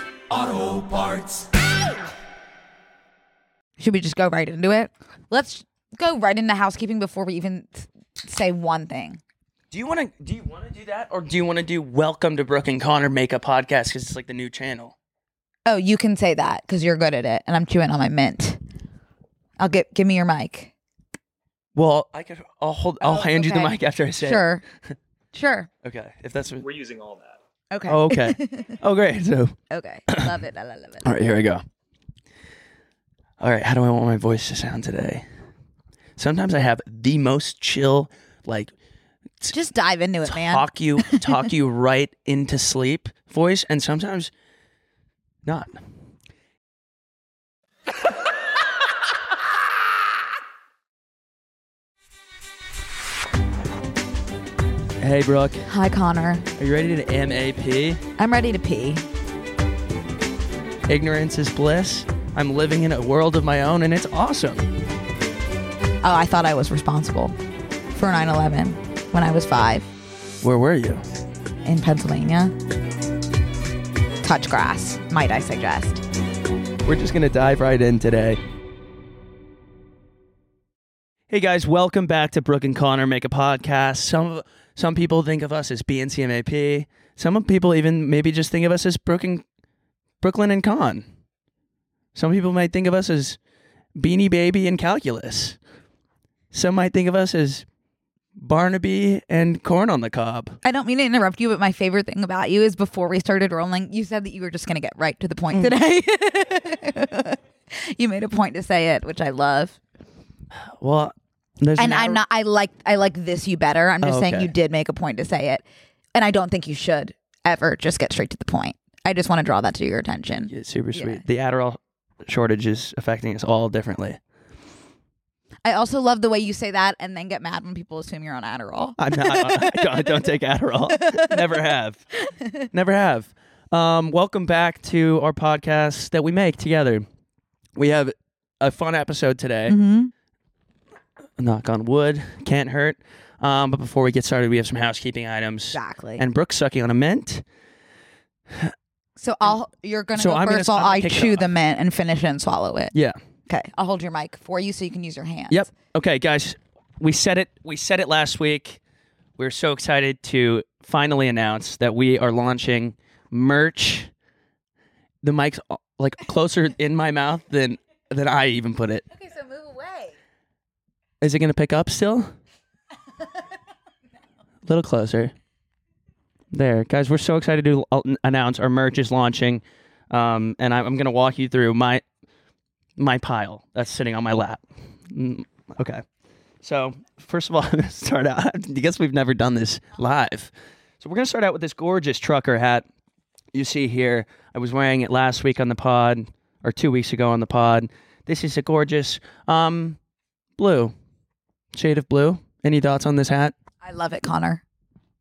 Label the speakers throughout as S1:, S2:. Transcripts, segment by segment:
S1: O'Reilly. Auto Parts.
S2: Should we just go right into it? Let's go right into housekeeping before we even s- say one thing.
S3: Do you want to do you want to do that, or do you want to do Welcome to Brooke and Connor Make a Podcast because it's like the new channel?
S2: Oh, you can say that because you're good at it, and I'm chewing on my mint. I'll get give me your mic.
S3: Well, I could. I'll hold. I'll
S2: Oh,
S3: hand you the
S2: okay.
S3: mic after I say. it.
S2: Sure, sure.
S3: Okay. If that's. What,
S4: We're using all that.
S2: Okay.
S3: oh, okay. oh, great. So.
S2: okay. Love it. I love it.
S3: All right. Here we go. All right. How do I want my voice to sound today? Sometimes I have the most chill, like
S2: Just dive into it, man.
S3: talk you talk you right into sleep voice, and sometimes not. Hey Brooke,
S2: Hi, Connor.
S3: are you ready to MAP?
S2: I'm ready to pee.
S3: Ignorance is bliss. I'm living in a world of my own and it's awesome.
S2: Oh, I thought I was responsible for 9/11 when I was five
S3: Where were you?
S2: in Pennsylvania. Touch grass, might I suggest?
S3: We're just going to dive right in today. Hey guys, welcome back to Brooke and Connor Make a Podcast. Some of, some people think of us as BNCMAP. Some of people even maybe just think of us as Brooke and, Brooklyn and Con. Some people might think of us as Beanie Baby and Calculus. Some might think of us as Barnaby and Corn on the Cob.
S2: I don't mean to interrupt you, but my favorite thing about you is before we started rolling, you said that you were just going to get right to the point
S3: Mm.
S2: today. you made a point to say it, which I love.
S3: Well, there's
S2: And
S3: an
S2: I'm
S3: hour-
S2: not I like I like this you better. I'm just
S3: Oh,
S2: saying
S3: okay.
S2: you did make a point to say it. And I don't think you should ever just get straight to the point. I just want to draw that to your attention.
S3: Yeah, super
S2: Yeah.
S3: sweet. The Adderall shortage is affecting us all differently.
S2: I also love the way you say that and then get mad when people assume you're on Adderall.
S3: I'm not. I don't, I don't take Adderall. Never have. Never have. Um, welcome back to our podcast that we make together. We have a fun episode today.
S2: Mm-hmm.
S3: Knock on wood, can't hurt. Um, but before we get started, we have some housekeeping items.
S2: Exactly.
S3: And Brooke's sucking on a mint.
S2: so I'll you're gonna
S3: So
S2: go
S3: I'm gonna-
S2: first while
S3: I'm gonna
S2: I
S3: kick it
S2: chew
S3: off.
S2: the mint and finish it and swallow it.
S3: Yeah.
S2: Okay. I'll hold your mic for you so you can use your hands.
S3: Yep. Okay, guys. We said it. We said it last week. We're so excited to finally announce that we are launching merch. The mic's uh, like closer in my mouth than than I even put it.
S2: Okay, so move away.
S3: Is it gonna pick up still? A little closer. There, guys. We're so excited to uh, announce our merch is launching, um, and I'm, I'm gonna walk you through my my pile that's sitting on my lap. Mm, okay. So first of all, I'm gonna start out. I guess we've never done this live, so we're gonna start out with this gorgeous trucker hat you see here. I was wearing it last week on the pod, or two weeks ago on the pod. This is a gorgeous um, blue shade of blue. Any thoughts on this hat?
S2: I love it, Connor.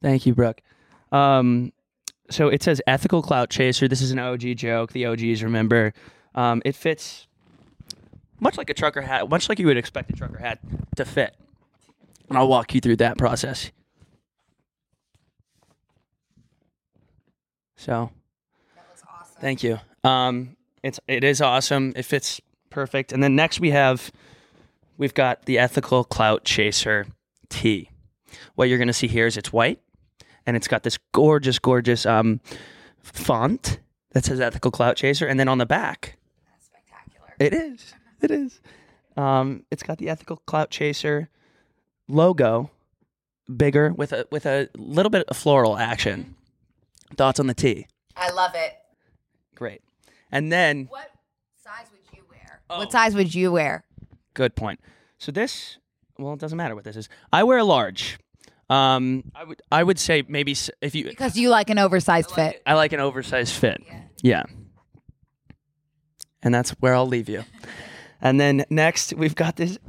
S3: Thank you, Brooke. Um, so it says ethical clout chaser. This is an OG joke. The OGs remember. Um, it fits much like a trucker hat, much like you would expect a trucker hat to fit. And I'll walk you through that process. So, that was awesome. Thank you. Um, it's it is awesome. It fits perfect. And then next we have we've got the ethical clout chaser tee what you're going to see here is it's white and it's got this gorgeous, gorgeous um, font that says Ethical Clout Chaser. And then on the back, that's spectacular. It is. It is. Um, it's got the Ethical Clout Chaser logo, bigger with a with a little bit of floral action. Thoughts on the T?
S2: I love it.
S3: Great. And then
S2: What size would you wear?
S3: Oh.
S2: What size would you wear?
S3: Good point. So this, well, it doesn't matter what this is. I wear a large. Um, I would I would say maybe s- if you
S2: Because you like an oversized fit.
S3: I like an oversized fit. Yeah. and that's where I'll leave you. And then next we've got this.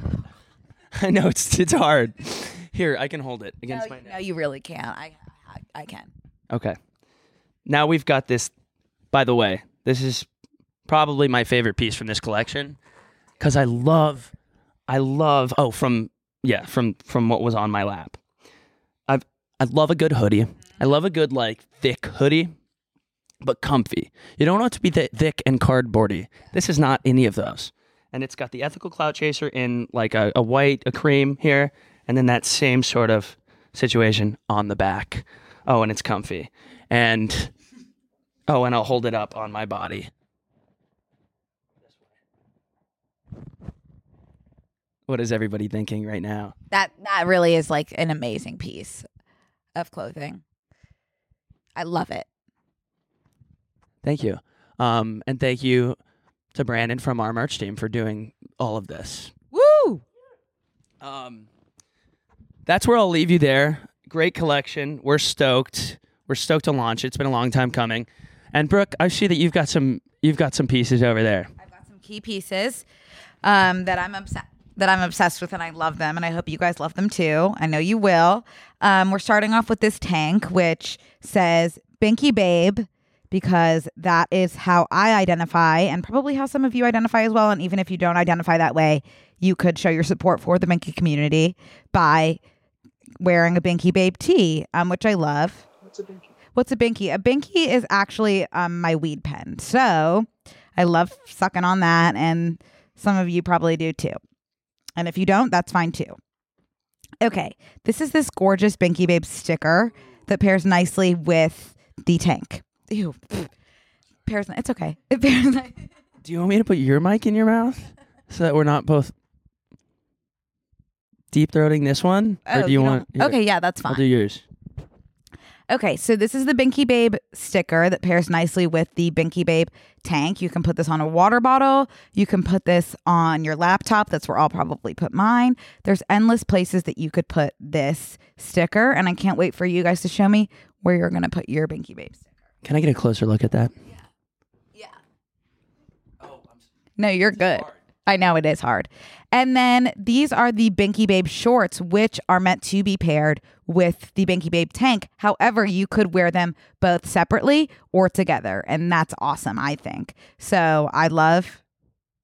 S3: I know it's it's hard. Here, I can hold it
S2: No,
S3: against my
S2: you-
S3: neck.
S2: no, you really can't. I, I, I can.
S3: Okay. Now we've got this. By the way, this is probably my favorite piece from this collection because I love, I love. Oh, from yeah, from from what was on my lap. I've I love a good hoodie. I love a good like thick hoodie, but comfy. You don't want it to be th- thick and cardboardy. This is not any of those. And it's got the ethical clout chaser in like a, a white, a cream here, and then that same sort of situation on the back. Oh, and it's comfy. And oh, and I'll hold it up on my body. What is everybody thinking right now?
S2: That that really is like an amazing piece of clothing. I love it.
S3: Thank you. Um, and thank you to Brandon from our merch team for doing all of this.
S2: Woo!
S3: Um, that's where I'll leave you there. Great collection. We're stoked. We're stoked to launch. it. It's been a long time coming. And Brooke, I see that you've got some you've got some pieces over there.
S2: I've got some key pieces um, that I'm obsessed that I'm obsessed with, and I love them, and I hope you guys love them too. I know you will. Um, we're starting off with this tank, which says "Binky Babe." Because that is how I identify, and probably how some of you identify as well. And even if you don't identify that way, you could show your support for the Binky community by wearing a Binky Babe tee, um, which I love. What's a binky? A binky is actually um, my weed pen. So I love sucking on that. And some of you probably do too. And if you don't, that's fine too. Okay. This is this gorgeous Binky Babe sticker that pairs nicely with the tank. Ew. Pairs. It's okay. It pairs. ni-
S3: Do you want me to put your mic in your mouth so that we're not both deep throating this one,
S2: Oh,
S3: or do you,
S2: don't-
S3: want? here,
S2: Okay. Yeah, that's
S3: I'll
S2: fine.
S3: do yours.
S2: Okay, so this is the Binky Babe sticker that pairs nicely with the Binky Babe tank. You can put this on a water bottle. You can put this on your laptop. That's where I'll probably put mine. There's endless places that you could put this sticker, and I can't wait for you guys to show me where you're going to put your Binky Babe sticker.
S3: Can I get a closer look at that?
S2: No, you're good. I know it is hard. And then these are the Binky Babe shorts, which are meant to be paired with the Binky Babe tank. However, you could wear them both separately or together. And that's awesome, I think. So I love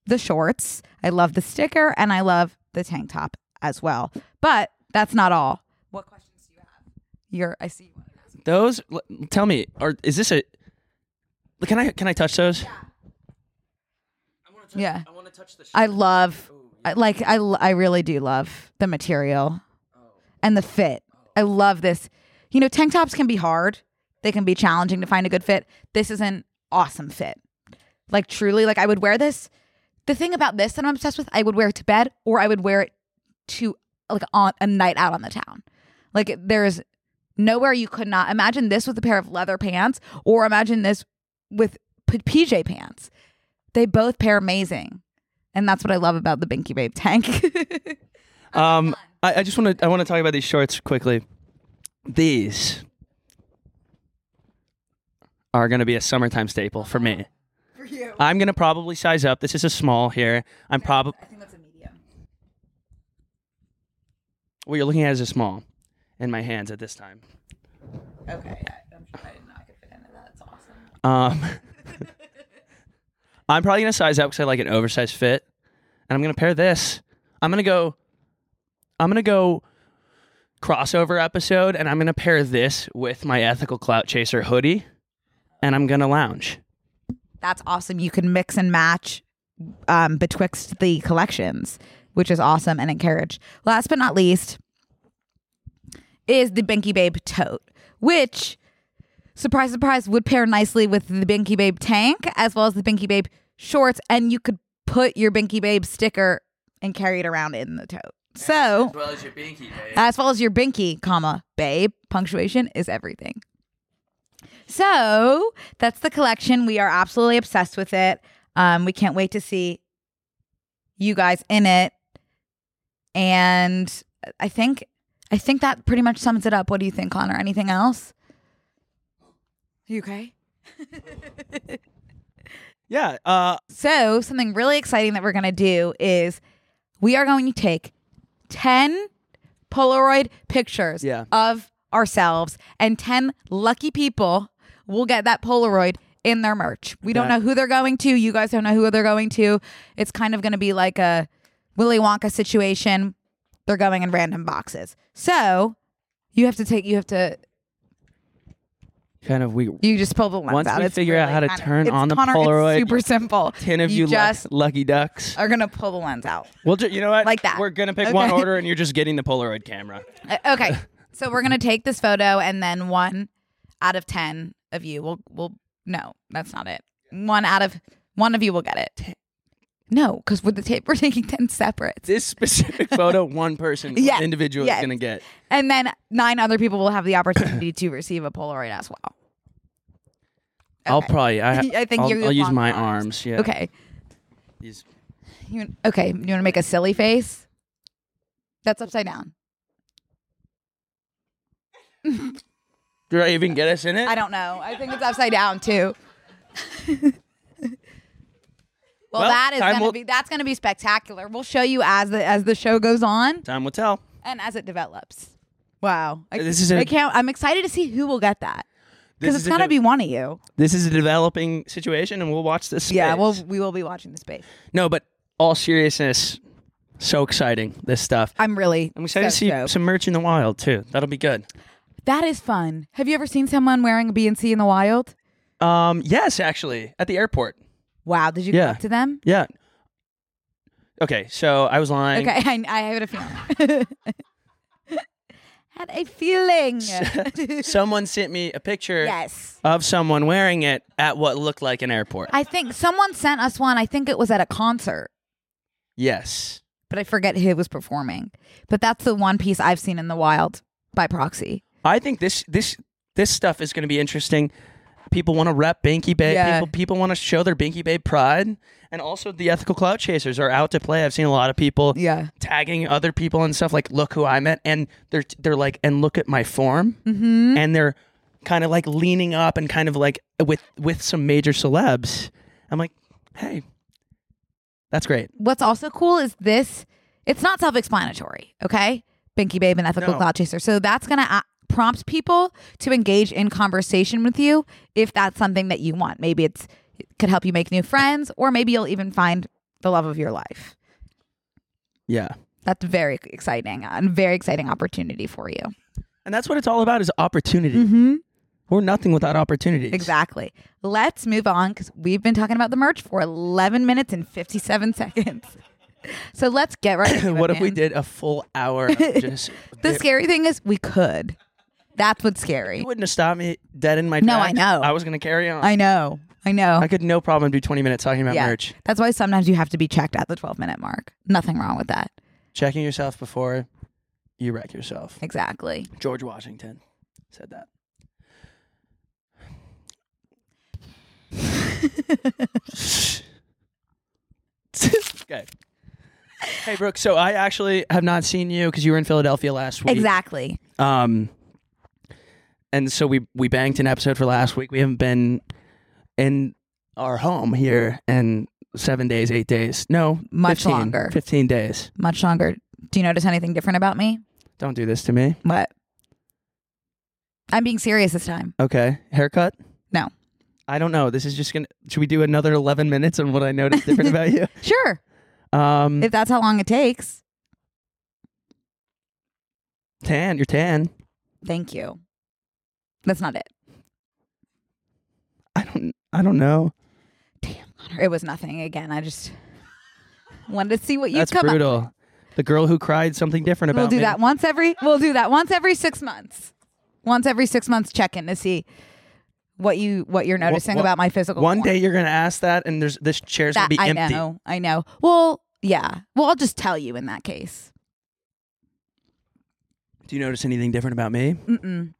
S2: the shorts. I love the sticker and I love the tank top as well. But that's not all. What questions do you have? You're, I see you. wanna ask.
S3: Those. l- Tell me, are is this a? Can I can I touch those?
S2: Yeah.
S3: I want to touch the.
S2: I love, I, like, I, l- I really do love the material and the fit. I love this. You know, tank tops can be hard, they can be challenging to find a good fit. This is an awesome fit. Like, truly, like, I would wear this. The thing about this that I'm obsessed with, I would wear it to bed or I would wear it to like on a night out on the town. Like, there's nowhere you could not imagine this with a pair of leather pants or imagine this with p- PJ pants. They both pair amazing. And that's what I love about the Binky Babe tank.
S3: Um, I, I just want to I want to talk about these shorts quickly. These are going to be a summertime staple for me. For you. I'm going to probably size up. This is a small here. I'm probably
S2: I think that's a medium.
S3: what you're looking at is a small in my hands at this time.
S2: Okay, I'm sure I did not get fit into that. It's awesome.
S3: Um, I'm probably gonna size up because I like an oversized fit, and I'm gonna pair this. I'm gonna go. I'm gonna go crossover episode, and I'm gonna pair this with my ethical clout chaser hoodie, and I'm gonna lounge.
S2: That's awesome. You can mix and match um, betwixt the collections, which is awesome and encouraged. Last but not least is the Binky Babe tote, which surprise surprise would pair nicely with the Binky Babe tank as well as the Binky Babe shorts, and you could put your Binky Babe sticker and carry it around in the tote. So
S3: well as your binky,
S2: as well as your binky, comma, babe. Punctuation is everything. So that's the collection. We are absolutely obsessed with it. Um, we can't wait to see you guys in it. And I think I think that pretty much sums it up. What do you think, Connor? Anything else? You okay?
S3: Yeah. Uh,
S2: So, something really exciting that we're going to do is we are going to take 10 Polaroid pictures
S3: Yeah.
S2: of ourselves, and 10 lucky people will get that Polaroid in their merch. We don't know
S3: That-
S2: who they're going to. You guys don't know who they're going to. It's kind of going to be like a Willy Wonka situation. They're going in random boxes. So, you have to take, you have to,
S3: kind of we.
S2: you just pull the lens
S3: Once
S2: out.
S3: we figure out how to
S2: kind of-
S3: turn
S2: it's
S3: on the
S2: Connor, it's
S3: Polaroid,
S2: super simple.
S3: Ten of you,
S2: you
S3: luck-
S2: just
S3: lucky ducks.
S2: are gonna pull the lens out.
S3: We'll ju- you know what?
S2: Like that.
S3: We're gonna pick one
S2: Okay.
S3: order, and you're just getting the Polaroid camera.
S2: Uh, Okay, so we're gonna take this photo, and then one out of ten of you will will no, that's not it. One out of one of you will get it. No, because with the tape, we're taking ten separate,
S3: This specific photo, one person, one
S2: Yeah.
S3: individual
S2: Yeah.
S3: is gonna get.
S2: and then nine other people will have the opportunity to receive a Polaroid as well.
S3: I'll
S2: Okay.
S3: probably. I,
S2: I think
S3: I'll,
S2: you
S3: I'll
S2: have
S3: use
S2: long
S3: my
S2: arms.
S3: arms. Yeah.
S2: Okay,
S3: These-
S2: you okay? You want to make a silly face? That's upside down.
S3: Did I even get us in it?
S2: I don't know. I think it's upside down too. well,
S3: Well,
S2: that is
S3: time
S2: gonna
S3: will-
S2: be that's gonna be spectacular. We'll show you as the as the show goes on
S3: Time will tell.
S2: and as it develops. Wow, I,
S3: Uh, This is a-
S2: I can't. I'm excited to see who will get that
S3: This
S2: because
S3: is
S2: it's
S3: a
S2: gotta
S3: de-
S2: be one of you.
S3: This is a developing situation, and we'll watch this.
S2: Yeah,
S3: space.
S2: well, we will be watching the space.
S3: No, but all seriousness, so exciting. This stuff.
S2: I'm really.
S3: I'm
S2: so
S3: excited to see
S2: stoked.
S3: some merch in the wild too. That'll be good.
S2: That is fun. Have you ever seen someone wearing a BNC in the wild?
S3: Um, yes, actually, at the airport.
S2: Wow, did you go
S3: Yeah.
S2: up to them?
S3: Yeah. Okay, so I was lying.
S2: Okay, I, I had a feeling. had a feeling.
S3: Someone sent me a picture
S2: Yes.
S3: of someone wearing it at what looked like an airport.
S2: I think someone sent us one. I think it was at a concert,
S3: yes.
S2: but I forget who was performing. But that's the one piece I've seen in the wild by proxy.
S3: I think this this this stuff is going to be interesting. People want to rep Binky Bay.
S2: Yeah.
S3: People people want to show their Binky Bay pride, and also the ethical clout chasers are out to play. I've seen a lot of people
S2: Yeah.
S3: tagging other people and stuff like, "Look who I met," and they're they're like, "And look at my form," mm-hmm. and they're kind of like leaning up and kind of like with with some major celebs. I'm like, hey, that's great.
S2: What's also cool is this it's not self explanatory, okay? Binky Babe and Ethical
S3: No.
S2: Cloud Chaser. So that's going to uh, prompt people to engage in conversation with you if that's something that you want. Maybe it's it could help you make new friends, or maybe you'll even find the love of your life.
S3: Yeah.
S2: That's very exciting and very exciting opportunity for you.
S3: And that's what it's all about is opportunity. We're nothing without opportunities.
S2: Mm-hmm. Exactly. Let's move on because we've been talking about the merch for 11 minutes and 57 seconds. So let's get right into it.
S3: What if we
S2: man.
S3: did a full hour of just
S2: The scary thing is we could. That's what's scary.
S3: You wouldn't have stopped me dead in my
S2: No, I
S3: tracks.
S2: know.
S3: I was gonna carry on. I,
S2: I know. I know.
S3: could no problem do twenty minutes talking about
S2: yeah.
S3: merch.
S2: That's why sometimes you have to be checked at the 12 minute mark. Nothing wrong with that.
S3: Checking yourself before you wreck yourself.
S2: Exactly.
S3: George Washington said that. okay. Hey Brooke, so I actually have not seen you because you were in Philadelphia last week.
S2: Exactly.
S3: Um, and so we we banked an episode for last week. We haven't been in our home here in seven days, eight days. No,
S2: Much
S3: 15,
S2: longer.
S3: Fifteen days.
S2: Much longer. Do you notice anything different about me?
S3: Don't do this to me.
S2: What? I'm being serious this time.
S3: Okay, haircut.
S2: No.
S3: I don't know. This is just gonna. Should we do another eleven minutes on what I noticed different about you?
S2: Sure.
S3: Um,
S2: If that's how long it takes.
S3: tan. You're tan.
S2: Thank you. That's not it.
S3: I don't. I don't know.
S2: Connor, It was nothing again. I just wanted to see what you
S3: That's
S2: come up.
S3: brutal. The girl who cried something different about
S2: We'll do
S3: me.
S2: that once every we'll do that once every 6 months. Once every 6 months check in to see what you what you're noticing
S3: wha-
S2: about my physical
S3: One
S2: form.
S3: day you're gonna ask that, and there's this chair's
S2: that,
S3: gonna be
S2: I
S3: empty.
S2: know. I know. Well, yeah. Well, I'll just tell you in that case.
S3: Do you notice anything different about me?
S2: Mm-mm.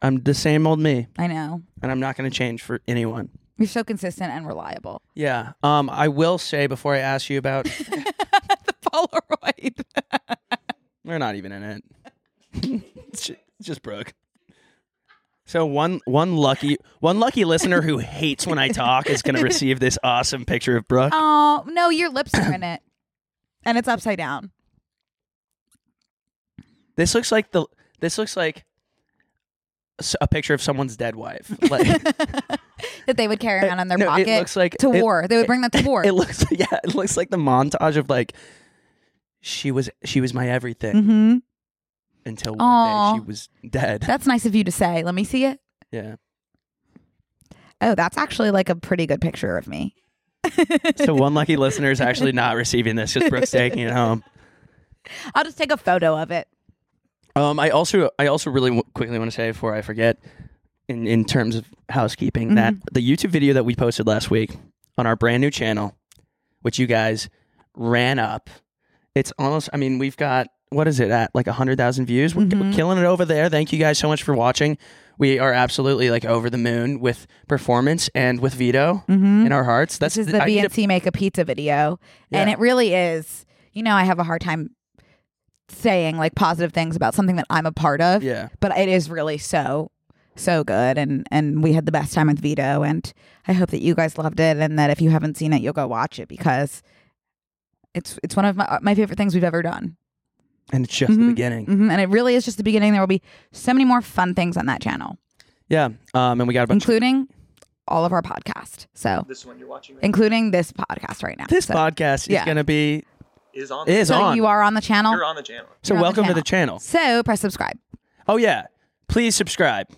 S3: I'm the same old me,
S2: I know.
S3: and I'm not going to change for anyone.
S2: You're so consistent and reliable.
S3: Yeah. Um. I will say before I ask you about,
S2: the Polaroid.
S3: we're not even in it. it's ju- it's just Brooke. So one one lucky one lucky listener who hates when I talk is going to receive this awesome picture of Brooke.
S2: Oh no, your lips are in it, and it's upside down.
S3: This looks like the this looks like s- a picture of someone's dead wife. Like,
S2: That they would carry around in their
S3: no,
S2: pocket.
S3: it looks like
S2: to
S3: it-
S2: war. They would bring that to war.
S3: It looks yeah, it looks like the montage of like she was she was my everything
S2: mm-hmm.
S3: until one
S2: Aw.
S3: day she was dead.
S2: That's nice of you to say. Let me see it.
S3: yeah.
S2: Oh, that's actually like a pretty good picture of me.
S3: So one lucky listener is actually not receiving this because Brooke's taking it home.
S2: I'll just take a photo of it.
S3: Um, I also I also really w- quickly want to say before I forget, in in terms of housekeeping, that
S2: Mm-hmm.
S3: the YouTube video that we posted last week on our brand new channel, which you guys ran up, it's almost. I mean, we've got what is it at like hundred thousand views? We're,
S2: Mm-hmm.
S3: we're killing it over there. Thank you guys so much for watching. We are absolutely like over the moon with performance and with Vito in our hearts. That's
S2: Mm-hmm. This is the
S3: I need to-
S2: BNC make a pizza video, and
S3: Yeah.
S2: it really is. You know, I have a hard time saying like positive things about something that I'm a part of.
S3: Yeah.
S2: but it is really so so good and and we had the best time with Vito and I hope that you guys loved it and that if you haven't seen it you'll go watch it because it's it's one of my my favorite things we've ever done.
S3: and it's just the beginning.
S2: hmm And it really is just the beginning. There will be so many more fun things on that channel,
S3: Yeah, um, and we got a bunch.
S2: including all of our podcast. So
S1: This one you're watching right
S2: including this podcast right now.
S3: this
S2: so,
S3: podcast
S2: yeah.
S3: is gonna be
S1: now is on. the-
S3: is
S2: so
S3: on.
S2: you are on the channel.
S1: You're on the channel.
S3: So
S2: You're on the
S3: welcome to the channel.
S2: So press subscribe.
S3: Oh yeah, please subscribe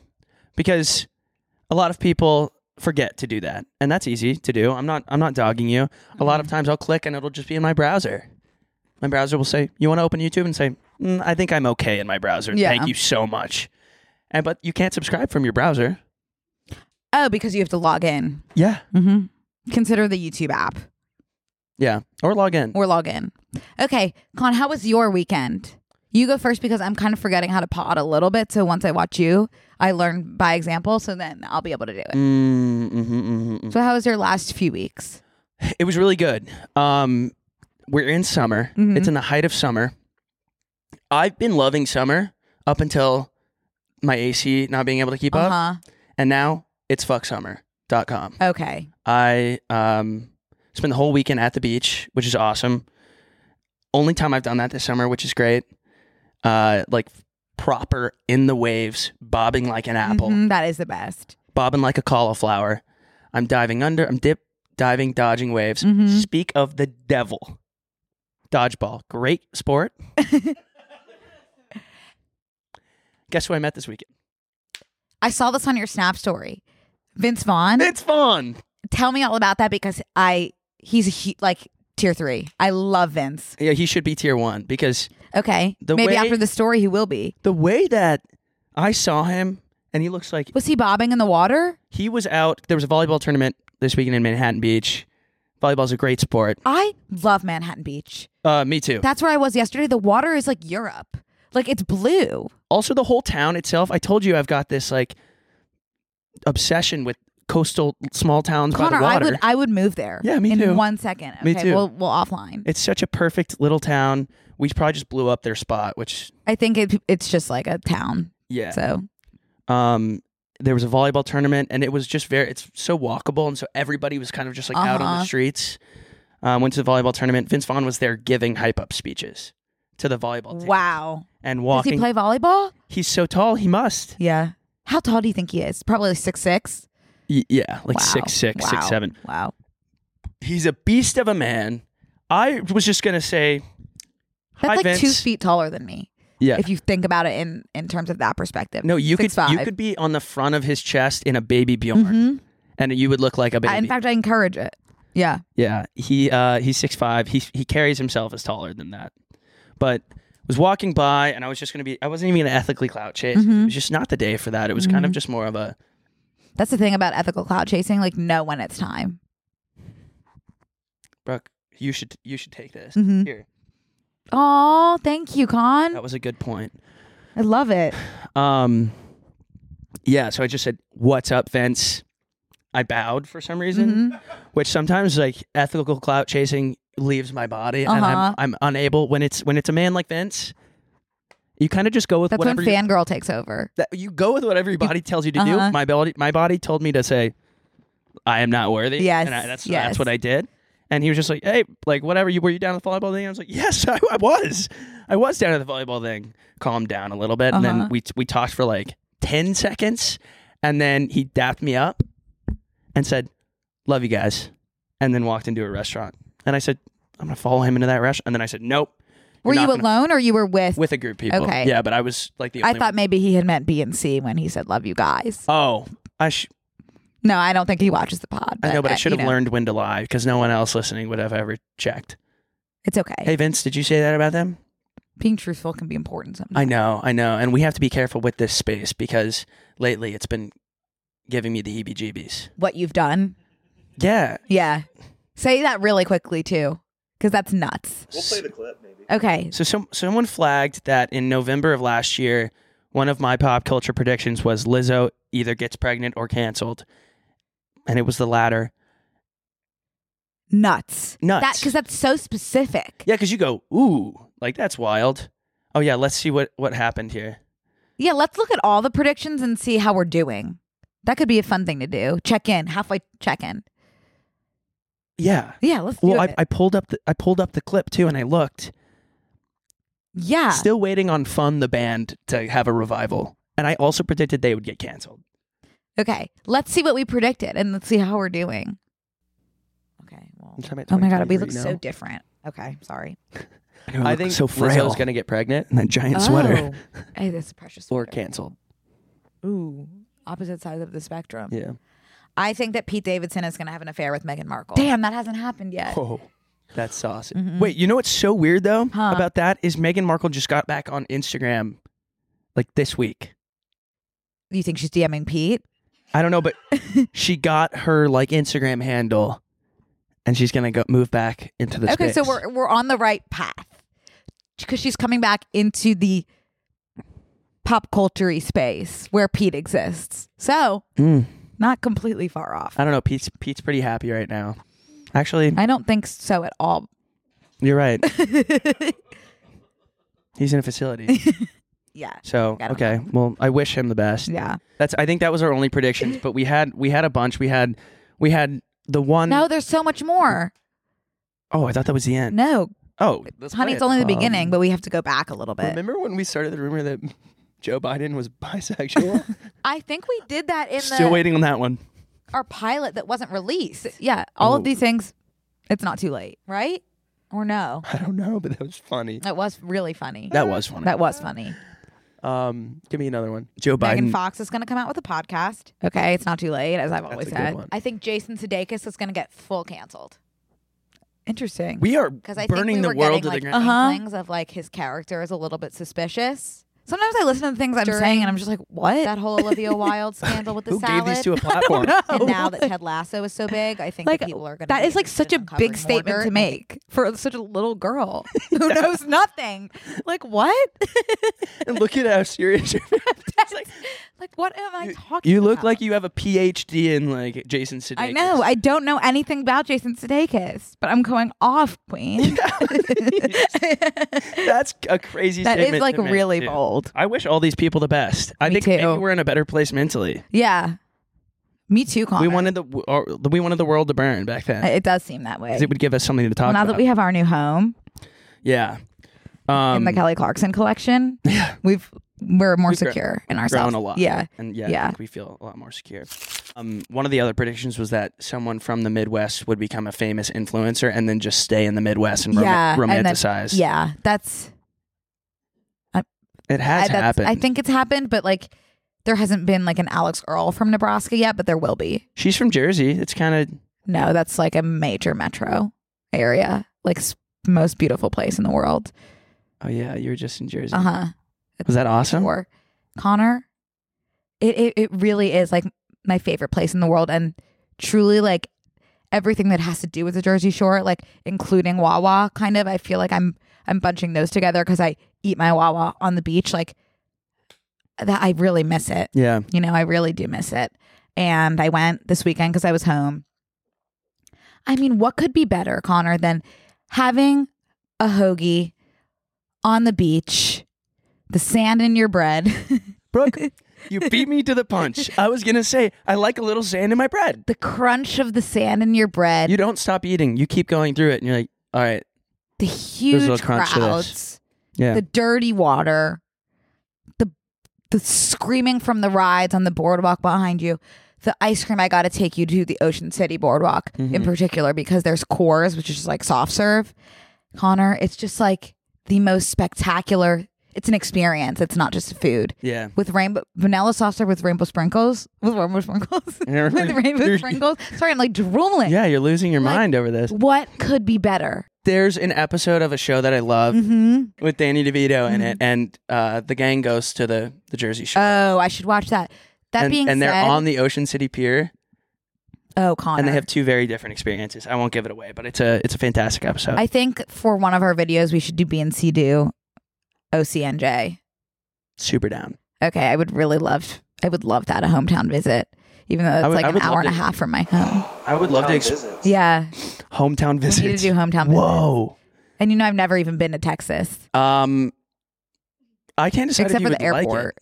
S3: because a lot of people forget to do that, and that's easy to do. I'm not I'm not dogging you. A lot of
S2: Mm-hmm.
S3: times I'll click and it'll just be in my browser. My browser will say, "You want to open YouTube?" and say, mm, "I think I'm okay in my browser.
S2: Yeah.
S3: Thank you so much." And but you can't subscribe from your browser.
S2: Oh, because you have to log in.
S3: Yeah,
S2: Consider the YouTube app
S3: yeah, or log in.
S2: or log in. Okay, Con, how was your weekend? You go first because I'm kind of forgetting how to pod a little bit. So once I watch you, I learn by example. So then I'll be able to do it.
S3: Mm, mhm, mhm, mhm.
S2: So how was your last few weeks?
S3: It was really good. Um, we're in summer.
S2: Mhm.
S3: It's in the height of summer. I've been loving summer up until my AC not being able to keep up,
S2: Uh
S3: and now it's fucksummer.com.
S2: huh. Okay.
S3: I um, spent the whole weekend at the beach, which is awesome. Only time I've done that this summer, which is great. Uh, like proper in the waves, bobbing like an apple
S2: Mhm, that is the best.
S3: bobbing like a cauliflower. I'm diving under. I'm dip diving, dodging waves.
S2: Mhm.
S3: Speak of the devil. Dodgeball, great sport. Guess who I met this weekend?
S2: I saw this on your Snap story. Vince Vaughn.
S3: It's fun.
S2: Tell me all about that because I he's a hu- like tier three. I love Vince.
S3: Yeah, he should be tier one because
S2: Okay,
S3: The
S2: maybe
S3: way-
S2: after the story he will be.
S3: the way that I saw him, and he looks like
S2: Was he bobbing in the water?
S3: he was out. There was a volleyball tournament this weekend in Manhattan Beach. Volleyball's a great sport.
S2: I love Manhattan Beach.
S3: Uh, me too.
S2: That's where I was yesterday. The water is like Europe. Like it's blue.
S3: also the whole town itself. I told you I've got this like obsession with coastal small towns by
S2: Connor,
S3: the
S2: I
S3: water.
S2: would I would move there.
S3: Yeah, me
S2: in
S3: too.
S2: one second. Okay,
S3: Me too.
S2: We'll, we'll offline.
S3: it's such a perfect little town. We probably just blew up their spot, which
S2: I think it, it's just like a town.
S3: yeah.
S2: So
S3: Um, there was a volleyball tournament, and it was just very. It's so walkable, and so everybody was kind of just like out on
S2: Uh-huh.
S3: the streets. Um, went to the volleyball tournament. Vince Vaughn was there giving hype up speeches to the volleyball team.
S2: wow.
S3: And
S2: Does he
S3: walking,
S2: play volleyball?
S3: he's so tall, he must.
S2: Yeah. How tall do you think he is? Probably six six.
S3: Y- yeah, like
S2: wow.
S3: six six six seven.
S2: wow. Wow.
S3: he's a beast of a man. I was just gonna say,
S2: That's
S3: hi
S2: like
S3: Vince.
S2: two feet taller than me.
S3: Yeah.
S2: If you think about it in in terms of that perspective.
S3: no, you could
S2: Six five. Mm-hmm.
S3: you could be on the front of his chest in a baby Bjorn, and you would look like a baby.
S2: I- in fact, I encourage it. Yeah.
S3: yeah, he uh, he's six five. He he carries himself as taller than that, but was walking by, and I was just gonna be. I wasn't even gonna ethically clout chase.
S2: Mm-hmm.
S3: It was just not the day for that. It was kind of just more of a
S2: That's the thing about ethical cloud chasing. Like, know when it's time.
S3: Brooke. You should you should take this
S2: Mhm.
S3: here.
S2: Oh, thank you, Con.
S3: That was a good point.
S2: I love it.
S3: Um, yeah. So I just said, "What's up, Vince?" I bowed for some
S5: Mm-hmm.
S3: reason, which sometimes like ethical clout chasing leaves my body, and
S2: Uh-huh.
S3: I'm I'm unable when it's when it's a man like Vince. You kind of just go with
S5: That's when
S3: whatever you-
S5: fangirl takes over.
S3: that you go with what everybody tells you to
S5: uh-huh.
S3: do. My body, my body told me to say, "I am not worthy."
S5: Yes,
S3: and I, that's
S5: yes.
S3: that's what I did. And he was just like, "Hey, like whatever you were you down at the volleyball thing?" I was like, "Yes, I, I was. I was down at the volleyball thing." Calm down a little bit, and
S5: Uh-huh.
S3: then we we talked for like ten seconds, and then he dapped me up and said, "Love you guys," and then walked into a restaurant. And I said, "I'm gonna follow him into that restaurant." And then I said, "Nope."
S5: Were
S3: you're
S5: you
S3: not gonna-
S5: alone or you were with?
S3: with a group of people?
S5: Okay.
S3: Yeah, but I was like the
S5: I
S3: only.
S5: thought maybe he had meant B and C when he said "love you guys."
S3: Oh, I sh-
S5: No, I don't think he watches the pod.
S3: I know, but I
S5: uh,
S3: should
S5: you
S3: have
S5: know,
S3: learned when to lie because no one else listening would have ever checked.
S5: It's okay.
S3: Hey, Vince, did you say that about them?
S5: Being truthful can be important sometimes.
S3: I know, I know. And we have to be careful with this space because lately it's been giving me the heebie jeebies.
S5: what you've done.
S3: Yeah.
S5: Yeah. Say that really quickly too, because that's nuts.
S6: We'll play the clip, maybe.
S5: Okay.
S3: So some, someone flagged that in November of last year, one of my pop culture predictions was Lizzo either gets pregnant or canceled. And it was the latter.
S5: Nuts.
S3: Nuts.
S5: That because that's so specific.
S3: Yeah, because you go, ooh, like that's wild. Oh, yeah, let's see what, what happened here.
S5: Yeah, let's look at all the predictions and see how we're doing. That could be a fun thing to do. Check in, halfway check in.
S3: Yeah.
S5: Yeah, let's do
S3: Well, I,
S5: it.
S3: I pulled up the I pulled up the clip too, and I looked.
S5: yeah.
S3: Still waiting on Fun the band to have a revival, and I also predicted they would get canceled.
S5: Okay. Let's see what we predicted and let's see how we're doing. Okay. Well,
S3: I'm trying to make
S5: oh my god, we
S3: 23
S5: look so
S3: now.
S5: different. Okay, sorry.
S3: I think so frail.
S7: going to get pregnant
S3: and that giant sweater
S5: Oh. Hey, that's a precious
S7: or
S5: sweater.
S7: canceled.
S5: Ooh, opposite sides of the spectrum.
S3: Yeah.
S5: I think that Pete Davidson is going to have an affair with Meghan Markle. Damn, that hasn't happened yet.
S3: Oh, that's saucy. Wait, you know what's so weird though
S5: Mm-hmm. Huh.
S3: about that is Meghan Markle just got back on Instagram, like this week.
S5: You think she's DMing Pete?
S3: I don't know, but she got her like Instagram handle, and she's gonna go move back into the
S5: okay, so
S3: space.
S5: we're we're on the right path because she's coming back into the pop culture space where Pete exists. So
S3: Mm.
S5: not completely far off.
S3: I don't know. Pete's Pete's pretty happy right now. Actually,
S5: I don't think so at all.
S3: you're right. He's in a facility.
S5: Yeah.
S3: So
S5: I don't
S3: okay. Well, I wish him the best.
S5: Yeah.
S3: That's I think that was our only predictions, but we had we had a bunch. We had we had the one
S5: No,
S3: oh
S5: there's so much more.
S3: I thought that was the end.
S5: No,
S3: Oh,
S7: Let's
S5: honey,
S7: play
S5: it's
S7: it.
S5: only the
S7: Um,
S5: beginning, but we have to go back a little bit.
S7: Remember when we started the rumor that Joe Biden was bisexual?
S5: I think we did that in the
S3: still waiting on that one.
S5: our pilot that wasn't released. Yeah, all
S7: Oh.
S5: of these things. It's not too late, right? Or no?
S7: I don't know, but that was funny.
S5: That was really funny.
S3: That was funny.
S5: That was funny.
S7: Um, give me another one.
S3: Joe
S5: Megan
S3: Biden.
S5: Fox is going to come out with a podcast. Okay, it's not too late, as I've always
S7: a good
S5: said.
S7: one.
S5: I think Jason Sudeikis is going to get full canceled. Interesting.
S3: we are
S5: Because I
S3: burning
S5: think we
S3: the
S5: were
S3: world
S5: getting,
S3: to
S5: like, uh-huh,
S3: the ground.
S2: Uh-huh.
S5: Inklings of like his character is a little bit suspicious. Sometimes I listen to the things I'm saying and I'm just like, what? That whole Olivia Wilde scandal with the
S3: Who
S5: salad.
S3: gave these two a platform?
S5: and now that Ted Lasso is so big, I think
S2: Like,
S5: that people are going to
S2: that is like such a big statement to make for such a little girl who knows nothing. Like what?
S3: and look at how serious you're.
S2: It's like, like, what am I talking?
S3: You look
S2: about?
S3: like you have a PhD in like Jason Sudeikis.
S2: I know. I don't know anything about Jason Sudeikis, but I'm going off, Queen.
S3: That's a crazy.
S2: That
S3: statement
S2: is like
S3: to make,
S2: really
S3: too.
S2: bold.
S3: I wish all these people the best. I
S2: Me
S3: think maybe
S2: too.
S3: we're in a better place mentally.
S2: Yeah. Me too, Connor.
S3: We wanted the or, we wanted the world to burn back then.
S2: It does seem that way.
S3: 'Cause it would give us something to talk
S2: Well, now
S3: about.
S2: that we have our new home
S3: yeah. Um,
S2: in the Kelly Clarkson collection, we've we're more
S3: We've grown-
S2: secure in
S3: grown
S2: ourselves.
S3: a lot.
S2: Yeah.
S3: and yeah,
S2: Yeah.
S3: I think we feel a lot more secure. Um, one of the other predictions was that someone from the Midwest would become a famous influencer and then just stay in the Midwest and rom-
S2: Yeah, and then-
S3: romanticize.
S2: Yeah. That's
S3: it has
S2: I, that's-
S3: happened.
S2: I think it's happened, but like there hasn't been like an Alex Earl from Nebraska yet, but there will be.
S3: she's from Jersey. It's kind
S2: No, that's like a major metro area, like s- most beautiful place in the world.
S3: of. Oh yeah, you were just in Jersey.
S2: Uh huh.
S3: Was that awesome?
S2: Or Connor, it, it it really is like my favorite place in the world, and truly like everything that has to do with the Jersey Shore, like including Wawa, kind of. I feel like I'm I'm bunching those together because I eat my Wawa on the beach, like that. I really miss it.
S3: Yeah.
S2: You know, I really do miss it. And I went this weekend because I was home. I mean, what could be better, Connor, than having a hoagie on the beach, the sand in your bread,
S3: Brooke, you beat me to the punch. I was going to say, I like a little sand in my bread.
S2: the crunch of the sand in your bread,
S3: You don't stop eating. You keep going through it and you're like, all right.
S2: the
S3: little
S2: huge
S3: crunch to this.
S2: crowds,
S3: Yeah.
S2: the dirty water, the the screaming from the rides on the boardwalk behind you. The ice cream I got to take you to the Ocean City boardwalk
S3: Mm-hmm.
S2: in particular because there's Coors, which is just like soft serve. Connor, it's just like the most spectacular. It's an experience. It's not just food.
S3: yeah.
S2: with rainbow vanilla soft serve with rainbow sprinkles with rainbow sprinkles with rainbow
S3: You're-
S2: sprinkles. Sorry, I'm like drooling.
S3: Yeah, you're losing your
S2: Like-
S3: mind over this.
S2: What could be better? Mm-hmm.
S3: There's an episode of a show that I love with Danny DeVito in it, and uh, the gang goes to the, the Jersey Shore.
S2: Oh, I should watch that. That
S3: and,
S2: being
S3: and
S2: said,
S3: they're on the Ocean City Pier,
S2: oh Connor,
S3: and they have two very different experiences. I won't give it away, but it's a it's a fantastic episode.
S2: I think for one of our videos we should do BNC do OCNJ.
S3: Super down.
S2: Okay, I would really love. I would love that a hometown visit, even though it's
S3: I would-
S2: like
S3: I
S2: an
S3: would
S2: hour
S3: love
S2: and a
S3: to-
S2: half from my home.
S3: I would love to ex-
S2: yeah, we
S3: hometown
S2: need to
S3: visits.
S2: do hometown. visits.
S3: Whoa.
S2: And you know, I've never even been to Texas
S3: Um, I can't decide if
S2: except
S3: you
S2: for
S3: would
S2: the airport.
S3: like it.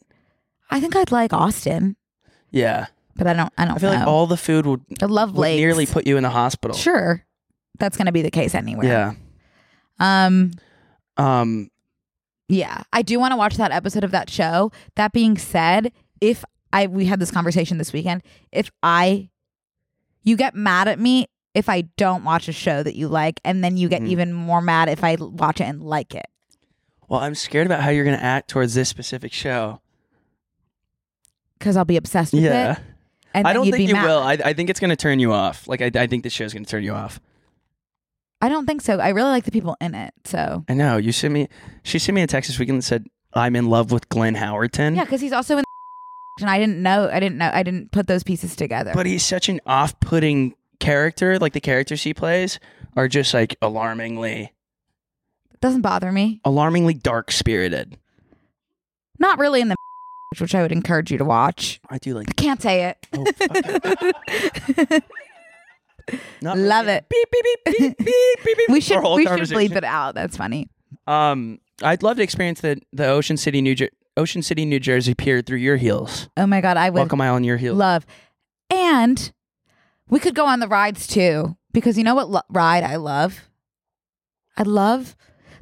S2: I think I'd like Austin,
S3: Yeah,
S2: but I don't. I don't
S3: I feel
S2: know.
S3: like all the food would,
S2: I love
S3: would
S2: lakes.
S3: nearly put you in the hospital.
S2: Sure. That's going to be the case anywhere.
S3: Yeah.
S2: Um
S3: Um.
S2: yeah. I do want to watch that episode of that show. That being said, if I we had this conversation this weekend, if I you get mad at me if I don't watch a show that you like and then you get
S3: Mm-hmm.
S2: even more mad if I l- watch it and like it.
S3: Well, I'm scared about how you're going to act towards this specific show.
S2: Cuz I'll be obsessed with
S3: Yeah.
S2: it. And
S3: I
S2: then
S3: don't
S2: you'd
S3: think
S2: be
S3: you
S2: mad.
S3: will. I, I think it's going to turn you off. Like, I, I think this show's going to turn you off.
S2: I don't think so. I really like the people in it. So
S3: I know. You sent me, she sent me a text this weekend that said, I'm in love with Glenn Howerton.
S2: Yeah, cuz he's also in and I didn't know I didn't know I didn't put those pieces together.
S3: But he's such an off putting character. Like, the characters he plays are just like alarmingly,
S2: it doesn't bother me.
S3: alarmingly dark spirited.
S2: not really in the which I would encourage you to watch.
S3: I do like
S2: I can't say it.
S3: Oh, not
S2: Love
S3: really-
S2: it.
S3: Beep, beep, beep, beep, beep, beep, beep.
S2: we should
S3: Our whole
S2: we should
S3: conversation.
S2: bleep it out. That's funny.
S3: Um, I'd love to experience the, the Ocean City, New Jer- Ocean City, New Jersey pier through your heels.
S2: Oh my god, I would
S3: Walk a mile on your heels.
S2: love. And we could go on the rides too because you know what lo- ride I love? I love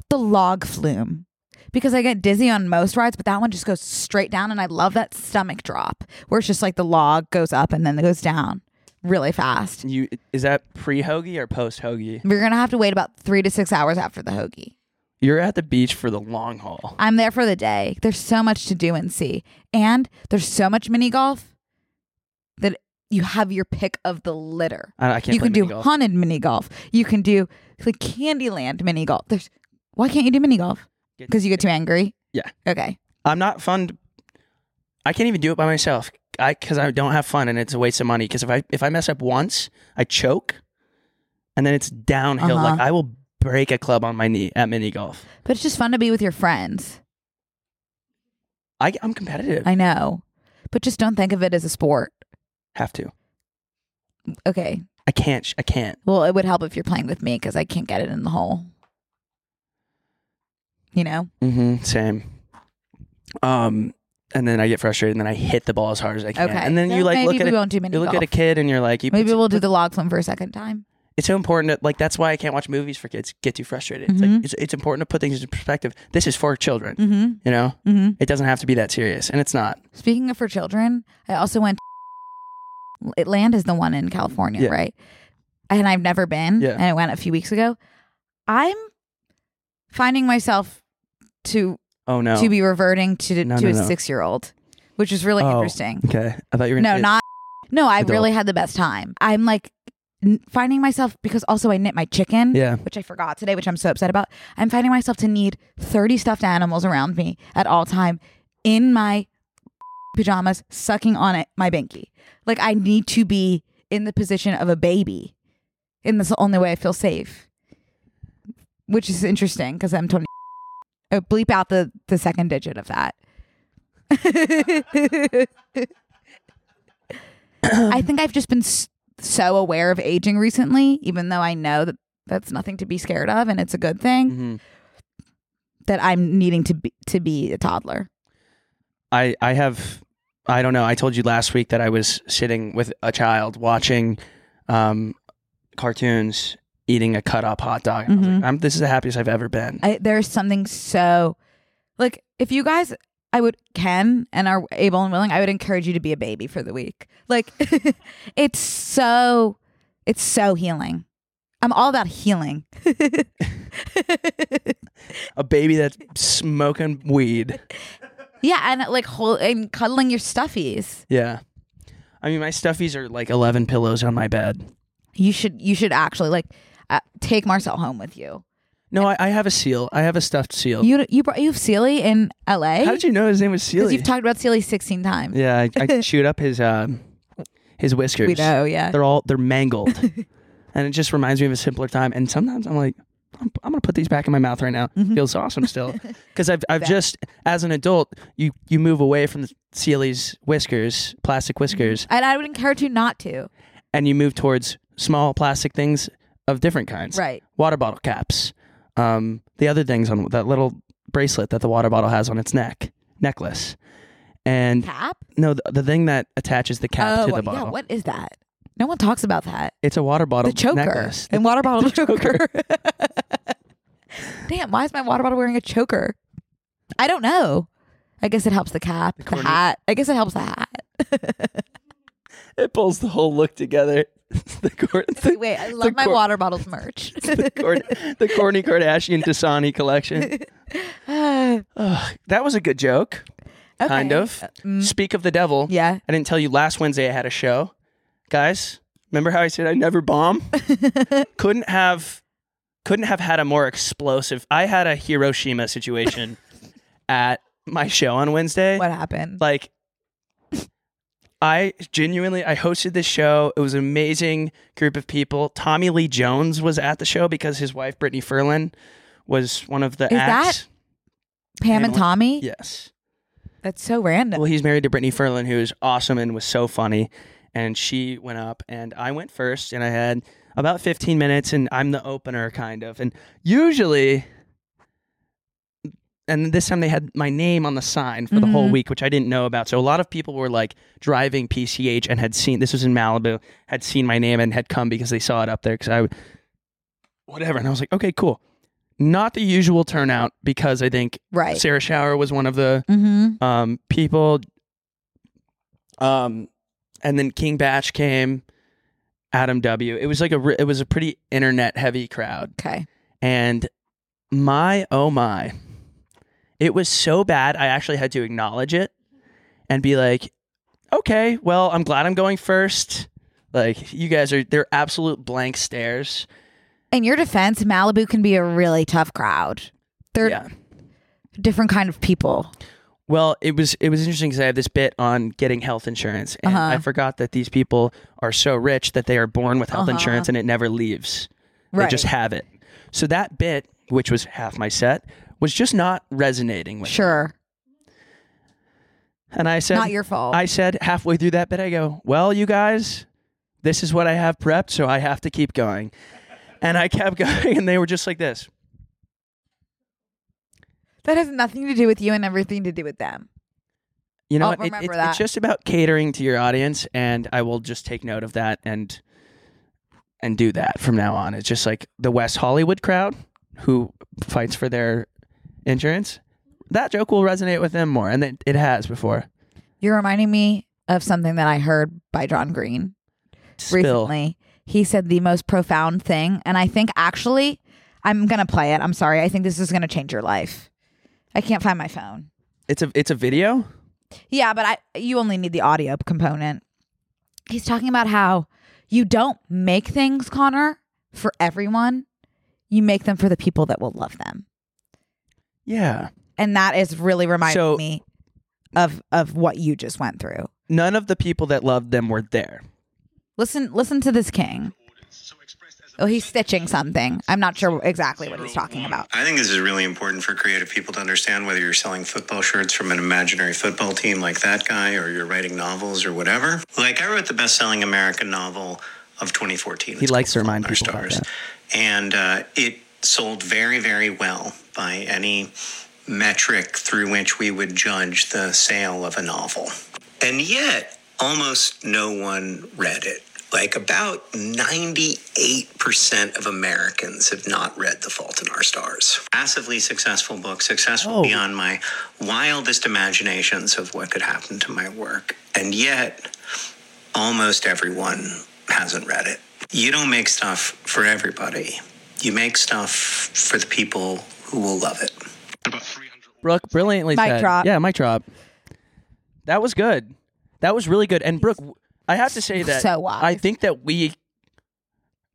S2: the log flume. Because I get dizzy on most rides, but that one just goes straight down and I love that stomach drop where it's just like the log goes up and then it goes down really fast.
S3: You is that pre hoagie or post hoagie?
S2: We're going to have to wait about 3 to 6 hours after the hoagie.
S3: You're at the beach for the long haul.
S2: I'm there for the day. There's so much to do and see. And there's so much mini golf that you have your pick of the litter.
S3: I, I can't.
S2: you
S3: play
S2: can do
S3: mini golf.
S2: haunted mini golf. You can do like Candyland mini golf. There's why can't you do mini golf? Because you get too angry.
S3: Yeah.
S2: Okay.
S3: I'm not fun. I can't even do it by myself. I because I don't have fun and it's a waste of money. Because if I if I mess up once, I choke, and then it's downhill.
S2: Uh-huh.
S3: Like I will break a club on my knee at mini golf.
S2: But it's just fun to be with your friends.
S3: I, I'm competitive. I
S2: I know. But just don't think of it as a sport.
S3: have to.
S2: Okay.
S3: I can't. sh- I can't.
S2: Well, it would help if you're playing with me because I can't get it in the hole. You know?
S3: Mm-hmm. Same. Um, and then I get frustrated, and then I hit the ball as hard as I can.
S2: Okay.
S3: And then you like
S2: Maybe
S3: look
S2: we
S3: at a,
S2: won't do mini
S3: you look
S2: golf.
S3: at a kid, and you're like, you,
S2: Maybe
S3: it's-
S2: we'll do the log flume for a second time.
S3: it's so important to like that's why I can't watch movies for kids get too frustrated.
S2: Mm-hmm.
S3: It's like it's, it's important to put things in perspective. This is for children. You know?
S2: Mhm.
S3: It doesn't have to be that serious and it's not.
S2: Speaking of for children, I also went. to Land is the one in California,
S3: Yeah.
S2: right? And I've never been.
S3: Yeah.
S2: And I went a few weeks ago. I'm finding myself to
S3: Oh no.
S2: to be reverting to
S3: No,
S2: to
S3: no,
S2: a
S3: no.
S2: six year old, which is really
S3: Oh,
S2: interesting.
S3: Okay. I thought you were
S2: No,
S3: it-
S2: not no. I
S3: Adult.
S2: really had the best time. I'm like n- finding myself because also I knit my chicken.
S3: Yeah.
S2: Which I forgot today, which I'm so upset about. I'm finding myself to need 30 stuffed animals around me at all time in my pajamas, sucking on it, my binky. Like I need to be in the position of a baby. And that's the only way I feel safe. Which is interesting because I'm 20. Oh, bleep out the, the second digit of that. I think I've just been s- so aware of aging
S3: Mm. Mm-hmm.
S2: recently, even though I know that that's nothing to be scared of and it's a good thing.
S3: Mhm.
S2: that I'm needing to be to be a toddler.
S3: I I have I don't know. I told you last week that I was sitting with a child watching um, cartoons, eating a cut up hot dog. And I was
S2: Mm-hmm.
S3: like, I'm, this is the happiest I've ever been.
S2: I, there's something so like if you guys I would can and are able and willing, I would encourage you to be a baby for the week. Like it's so it's so healing. I'm all about healing.
S3: a baby that's smoking weed.
S2: Yeah, and like hold and cuddling your stuffies.
S3: Yeah. I mean, my stuffies are like 11 pillows on my bed.
S2: You should you should actually like uh, take Marcel home with you.
S3: No, I, I have a seal. I have a stuffed seal.
S2: You you brought you have Sealy in L.A.
S3: How did you know his name was
S2: Because
S3: Sealy?
S2: you've talked about Sealy 16 times.
S3: yeah, I, I chewed up his um, his whiskers.
S2: We know, yeah.
S3: They're all they're mangled, and it just reminds me of a simpler time. And sometimes I'm like, I'm, I'm gonna put these back in my mouth right now.
S2: Mm-hmm.
S3: Feels awesome still, because I've I've just as an adult, you you move away from Sealy's whiskers,
S2: Mm-hmm.
S3: plastic whiskers,
S2: And I would encourage you not to.
S3: and you move towards small plastic things of different kinds.
S2: Right.
S3: Water bottle caps. Um, the other things on that little bracelet that the water bottle has on its neck necklace, and
S2: Cap?
S3: no, the, the thing that attaches the cap to
S2: Oh,
S3: the bottle.
S2: Yeah, what is that? No one talks about that.
S3: It's a water bottle
S2: The choker.
S3: necklace.
S2: And water bottle choker. Damn, why is my water bottle wearing a choker? I don't know. I guess it helps the cap, the,
S3: cornu-
S2: hat. I guess it helps the hat.
S3: It pulls the whole look together. the, cor- the,
S2: Wait, I love my
S3: cor-
S2: water bottles merch.
S3: cor- the corny Kardashian Dasani collection. Ugh, that was a good joke, kind
S2: Okay. Uh, mm.
S3: of. Speak of the devil.
S2: Yeah.
S3: I didn't tell you last Wednesday I had a show. Guys, remember how I said I never bomb? couldn't have couldn't have had a more explosive. I had a Hiroshima situation at my show on Wednesday.
S2: What happened?
S3: like I genuinely I hosted this show. It was an amazing group of people. Tommy Lee Jones was at the show because his wife Brittany Ferlin was one of the
S2: Is that-
S3: acts.
S2: Pam and
S3: Pamela-
S2: Tommy?
S3: Yes.
S2: That's so random.
S3: Well, he's married to Brittany Ferlin, who is awesome and was so funny. And she went up, and I went first, and I had about 15 minutes, and I'm the opener, kind of. And usually, and this time they had my name on the sign for the whole week, which I didn't know about. So a lot of people were like driving PCH and had seen this was in Malibu, had seen my name and had come because they saw it up there. Because I, would- whatever. And I was like, okay, cool. Not the usual turnout because I think
S2: Right.
S3: Sarah Shower was one of the
S2: Mm-hmm.
S3: um, people. Um, and then King Batch came, Adam W. It was like a re- it was a pretty internet heavy crowd,
S2: Okay.
S3: and my oh my, it was so bad. I actually had to acknowledge it and be like, okay, well, I'm glad I'm going first. Like you guys are they're absolute blank stares.
S2: In your defense, Malibu can be a really tough crowd. They're
S3: Yeah.
S2: different kind of people.
S3: Well, it was it was interesting because I have this bit on getting health insurance, and
S2: Uh-huh.
S3: I forgot that these people are so rich that they are born with health insurance and it never leaves. They
S2: Uh-huh. Right.
S3: just have it. So that bit, which was half my set, was just not resonating with. me.
S2: Sure.
S3: And I said,
S2: Not your fault.
S3: I said halfway through that bit, I go, "Well, you guys, this is what I have prepped, so I have to keep going." And I kept going, and they were just like this.
S2: That has nothing to do with you and everything to do with them.
S3: You know,
S2: I'll
S3: what? It-
S2: remember
S3: it's-
S2: that.
S3: it's just about catering to your audience, and I will just take note of that and and do that from now on. It's just like the West Hollywood crowd who fights for their insurance. That joke will resonate with them more, and it, it has before.
S2: You're reminding me of something that I heard by John Green
S3: Spill.
S2: recently. He said the most profound thing, and I think actually, I'm gonna play it. I'm sorry. I think this is gonna change your life. I can't find my phone.
S3: It's a it's a video.
S2: Yeah, but I you only need the audio component. He's talking about how you don't make things, Connor, for everyone. You make them for the people that will love them.
S3: Yeah.
S2: And that is really reminding
S3: So-
S2: me of of what you just went through.
S3: None of the people that loved them were there.
S2: Listen listen to this king. Oh, he's stitching something. I'm not sure exactly what he's talking about.
S6: I think this is really important for creative people to understand whether you're selling football shirts from an imaginary football team like that guy or you're writing novels or whatever. Like I wrote the best-selling American novel of 2014.
S3: He likes to remind
S6: Our
S3: people about
S6: stars.
S3: that.
S6: And uh, it sold very, very well by any metric through which we would judge the sale of a novel. And yet, almost no one read it. Like about 98% of Americans have not read The Fault in Our Stars. Massively successful book, successful beyond my wildest imaginations of what could happen to my work. And yet, almost everyone hasn't read it. You don't make stuff for everybody. You make stuff for the people who will love it.
S3: Brooke brilliantly
S5: Mic
S3: said.
S5: drop.
S3: Yeah, mic drop. That was good. That was really good. And Brooke, w- I have to say that
S2: So wise.
S3: I think that we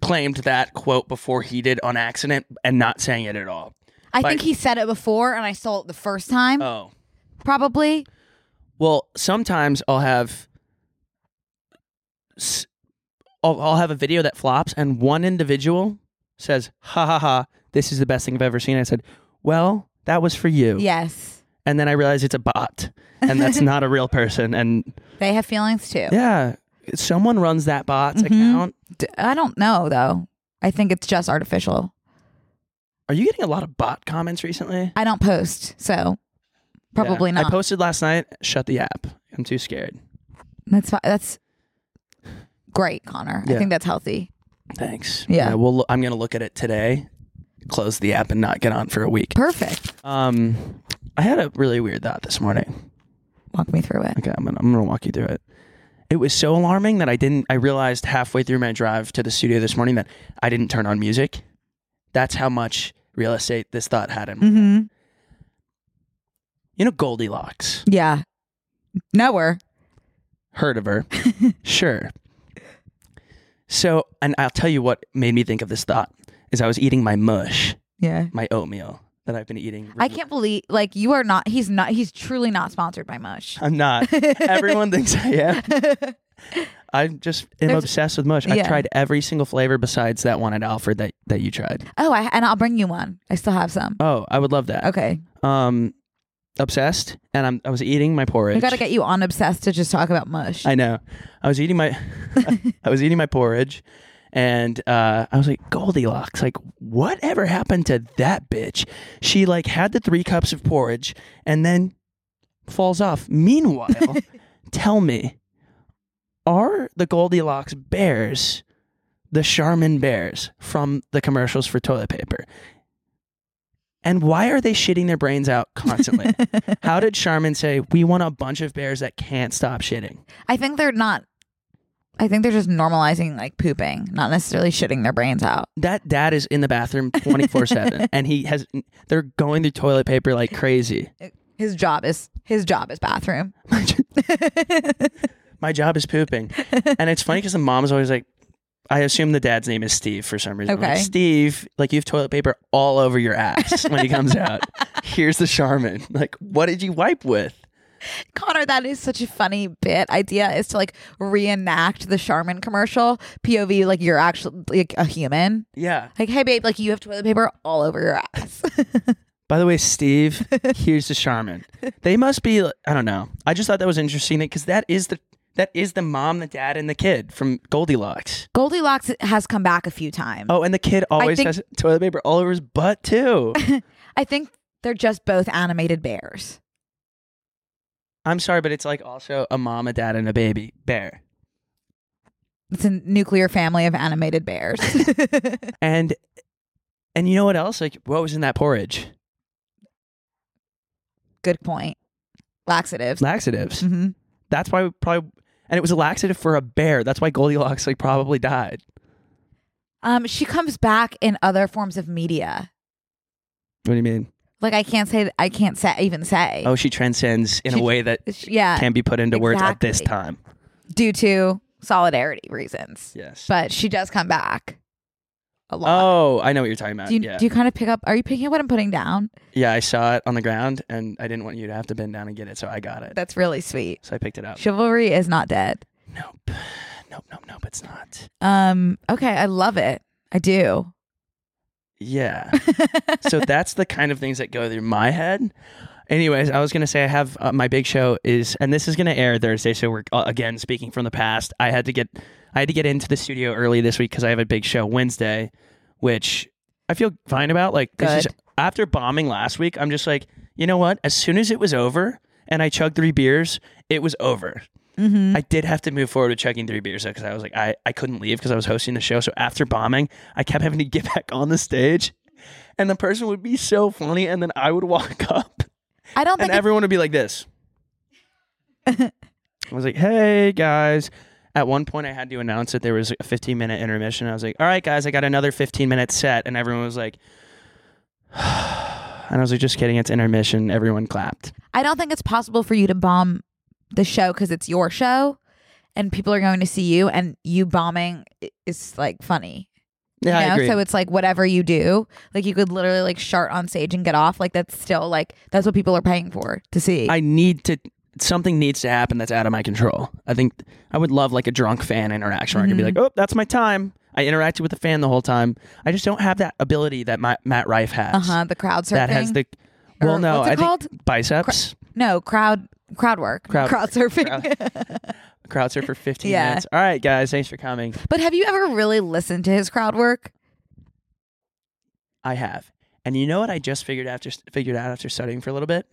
S3: claimed that quote before he did on accident and not saying it at all.
S2: I
S3: Like-
S2: think he said it before, and I stole it the first time.
S3: Oh.
S2: probably.
S3: Well, sometimes I'll have s- I'll, I'll have a video that flops and one individual says, "Ha ha ha, this is the best thing I've ever seen." I said, "Well, that was for you."
S2: Yes,
S3: And then I realize it's a bot and that's not a real person and
S2: they have feelings too.
S3: yeah, someone runs that bot's
S2: Mm-hmm.
S3: account.
S2: D- I don't know though. I think it's just artificial.
S3: Are you getting a lot of bot comments recently?
S2: I don't post, so probably
S3: Yeah.
S2: not.
S3: I posted last night, shut the app. I'm too scared.
S2: that's fi- that's great, Connor. I
S3: Yeah.
S2: think that's healthy.
S3: Thanks.
S2: Yeah.
S3: we'll lo- I'm going to look at it today. Close the app and not get on for a week.
S2: Perfect.
S3: Um, I had a really weird thought this morning.
S2: Walk me through it.
S3: Okay, I'm gonna, I'm gonna walk you through it. It was so alarming that I didn't. I realized halfway through my drive to the studio this morning that I didn't turn on music. That's how much real estate this thought had in. me.
S2: Mm-hmm.
S3: You know Goldilocks.
S2: Yeah. Nowhere.
S3: Heard of her? sure. So, and I'll tell you what made me think of this thought is I was eating my mush,
S2: Yeah.
S3: my oatmeal that I've been eating.
S2: I can't believe like you are not. He's not. He's truly not sponsored by Mush.
S3: I'm not. Everyone thinks I am. I just am
S2: There's-
S3: obsessed with mush. I've
S2: Yeah.
S3: tried every single flavor besides that one at Alfred that, that you tried.
S2: Oh, I, and I'll bring you one. I still have some.
S3: Oh, I would love that.
S2: Okay.
S3: Um, obsessed, and I'm I was eating my porridge.
S2: We got to get you on obsessed to just talk about mush.
S3: I know. I was eating my I was eating my porridge, and uh, I was like Goldilocks. Like, whatever happened to that bitch? She like had the three cups of porridge and then falls off. Meanwhile, tell me, are the Goldilocks bears the Charmin bears from the commercials for toilet paper? And why are they shitting their brains out constantly? How did Charmin say, we want a bunch of bears that can't stop shitting?
S2: I think they're not. I think they're just normalizing like pooping, not necessarily shitting their brains out.
S3: that dad is in the bathroom 24 7 and he has they're going through toilet paper like crazy
S2: His job is his job is bathroom.
S3: my job is pooping and it's funny because the mom's always like i assume the dad's name is steve for some reason I'm like,
S2: Okay.
S3: steve like you have toilet paper all over your ass when he comes out here's the charmin like what did you wipe with
S2: Connor, that is such a funny bit idea is to like reenact the Charmin commercial POV like you're actually like a human.
S3: yeah
S2: Like, hey babe, like you have toilet paper all over your ass.
S3: by the way steve here's the charmin they must be i don't know i just thought that was interesting because that is the that is the mom the dad and the kid from goldilocks
S2: Goldilocks has come back a few times.
S3: Oh, and the kid always
S2: think-
S3: has toilet paper all over his butt too.
S2: I think they're just both animated bears.
S3: I'm sorry, but it's like also a mom, a dad, and a baby bear.
S2: It's a nuclear family of animated bears.
S3: And and you know what else? Like what was in that porridge?
S2: Good point. Laxatives.
S3: Laxatives.
S2: hmm
S3: That's why we probably and it was a laxative for a bear. That's why Goldilocks like probably died.
S2: Um, she comes back in other forms of media.
S3: What do you mean?
S2: Like I can't say I can't say even say.
S3: Oh, she transcends in a
S2: She-
S3: way that
S2: Sh- Yeah,
S3: can be put into words at this
S2: exactly.
S3: time.
S2: due to solidarity reasons.
S3: Yes.
S2: But she does come back a lot.
S3: Oh, I know what you're talking about.
S2: do you
S3: yeah.
S2: do you kind of pick up? Are you picking up what I'm putting down?
S3: yeah, I saw it on the ground and I didn't want you to have to bend down and get it, so I got it.
S2: That's really sweet.
S3: So I picked it up.
S2: Chivalry is not dead.
S3: Nope. Nope, nope, nope, it's not.
S2: Um. Okay, I love it. I do.
S3: Yeah. so that's the kind of things that go through my head. Anyways, I was going to say I have uh, my big show is and this is going to air Thursday so we're uh, again speaking from the past. I had to get I had to get into the studio early this week cuz I have a big show Wednesday which I feel fine about. Like this is
S5: Good.
S3: after bombing last week. I'm just like, you know what? As soon as it was over, and I chugged three beers, it was over. I did have to move forward with chugging three beers because I was like, I, I couldn't leave because I was hosting the show. So after bombing, I kept having to get back on the stage, and the person would be so funny, and then I would walk up,
S2: I don't
S3: and
S2: think
S3: everyone would be like this. I was like, hey guys. At one point, I had to announce that there was a 15 minute intermission. I was like, all right, guys, I got another 15 minute set. And everyone was like, and I was like, just kidding, it's intermission. Everyone clapped.
S2: I don't think it's possible for you to bomb the show because it's your show, and people are going to see you, and you bombing i- is like funny.
S3: Yeah,
S2: you
S3: I
S2: know?
S3: agree.
S2: So it's like whatever you do, like you could literally like shart on stage and get off. Like that's still like that's what people are paying for to see.
S3: I need to something needs to happen that's out of my control. I think I would love like a drunk fan interaction where I could be like, "Oh, that's my time." I interacted with the fan the whole time. I just don't have that ability that my, Matt Rife has.
S2: uh huh. The crowd surfing.
S3: That has the well,
S2: Or
S3: no,
S2: what's it
S3: I think
S2: called?
S3: biceps.
S2: no crowd crowd work
S3: Crowd-
S2: surfing.
S3: Crowd surfer 15
S2: Yeah.
S3: minutes. All right, guys, thanks for coming.
S2: but have you ever really listened to his crowd work?
S3: I have. And you know what I just figured after figured out after studying for a little bit?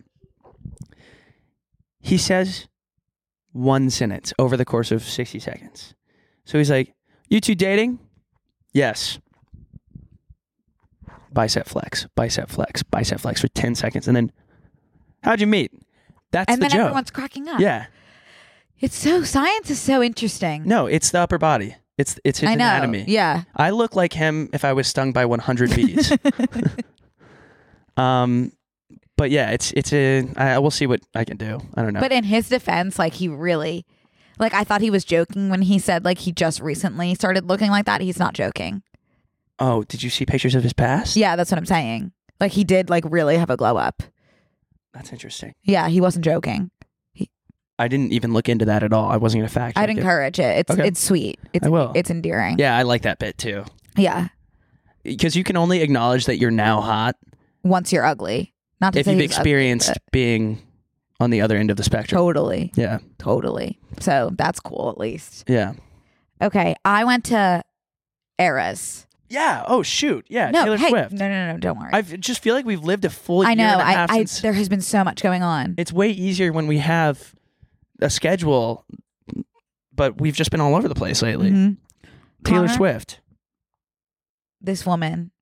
S3: He says one sentence over the course of 60 seconds. So he's like, "You two dating?" Yes. Bicep flex, bicep flex, bicep flex for 10 seconds and then how'd you meet? That's
S2: and
S3: the
S2: then
S3: joke.
S2: everyone's cracking up.
S3: yeah.
S2: It's so science is so interesting.
S3: Mm-hmm. No, it's the upper body. It's it's his
S2: I know.
S3: anatomy.
S2: Yeah.
S3: I look like him if I was stung by 100 bees. um, but yeah, it's it's a. I, I will see what I can do. I don't know.
S2: But in his defense, like he really, like I thought he was joking when he said like he just recently started looking like that. He's not joking.
S3: oh, did you see pictures of his past?
S2: Yeah, that's what I'm saying. Like he did like really have a glow up.
S3: that's interesting.
S2: Yeah, he wasn't joking.
S3: I didn't even look into that at all. I wasn't gonna fact.
S2: I'd
S3: check it.
S2: encourage it. It's
S3: Okay.
S2: it's sweet. It's
S3: I will.
S2: it's endearing.
S3: Yeah, I like that bit too
S2: Yeah.
S3: because you can only acknowledge that you're now hot
S2: Once you're ugly, not to
S3: if
S2: say
S3: you've
S2: he's ugly,
S3: experienced being on the other end of the
S2: but
S3: spectrum.
S2: totally,
S3: Yeah,
S2: totally. So that's cool at least.
S3: yeah,
S2: Okay, I went to Eras.
S3: yeah. Oh shoot, yeah.
S2: no,
S3: Taylor
S2: hey,
S3: Swift.
S2: no, no, no, don't worry.
S3: I just feel like we've lived a full
S2: I
S3: year
S2: know.
S3: and a
S2: I,
S3: half
S2: I
S3: since
S2: there has been so much going on.
S3: it's way easier when we have a schedule, but we've just been all over the place lately.
S2: Mhm.
S3: Taylor
S2: Connor?
S3: Swift.
S2: this woman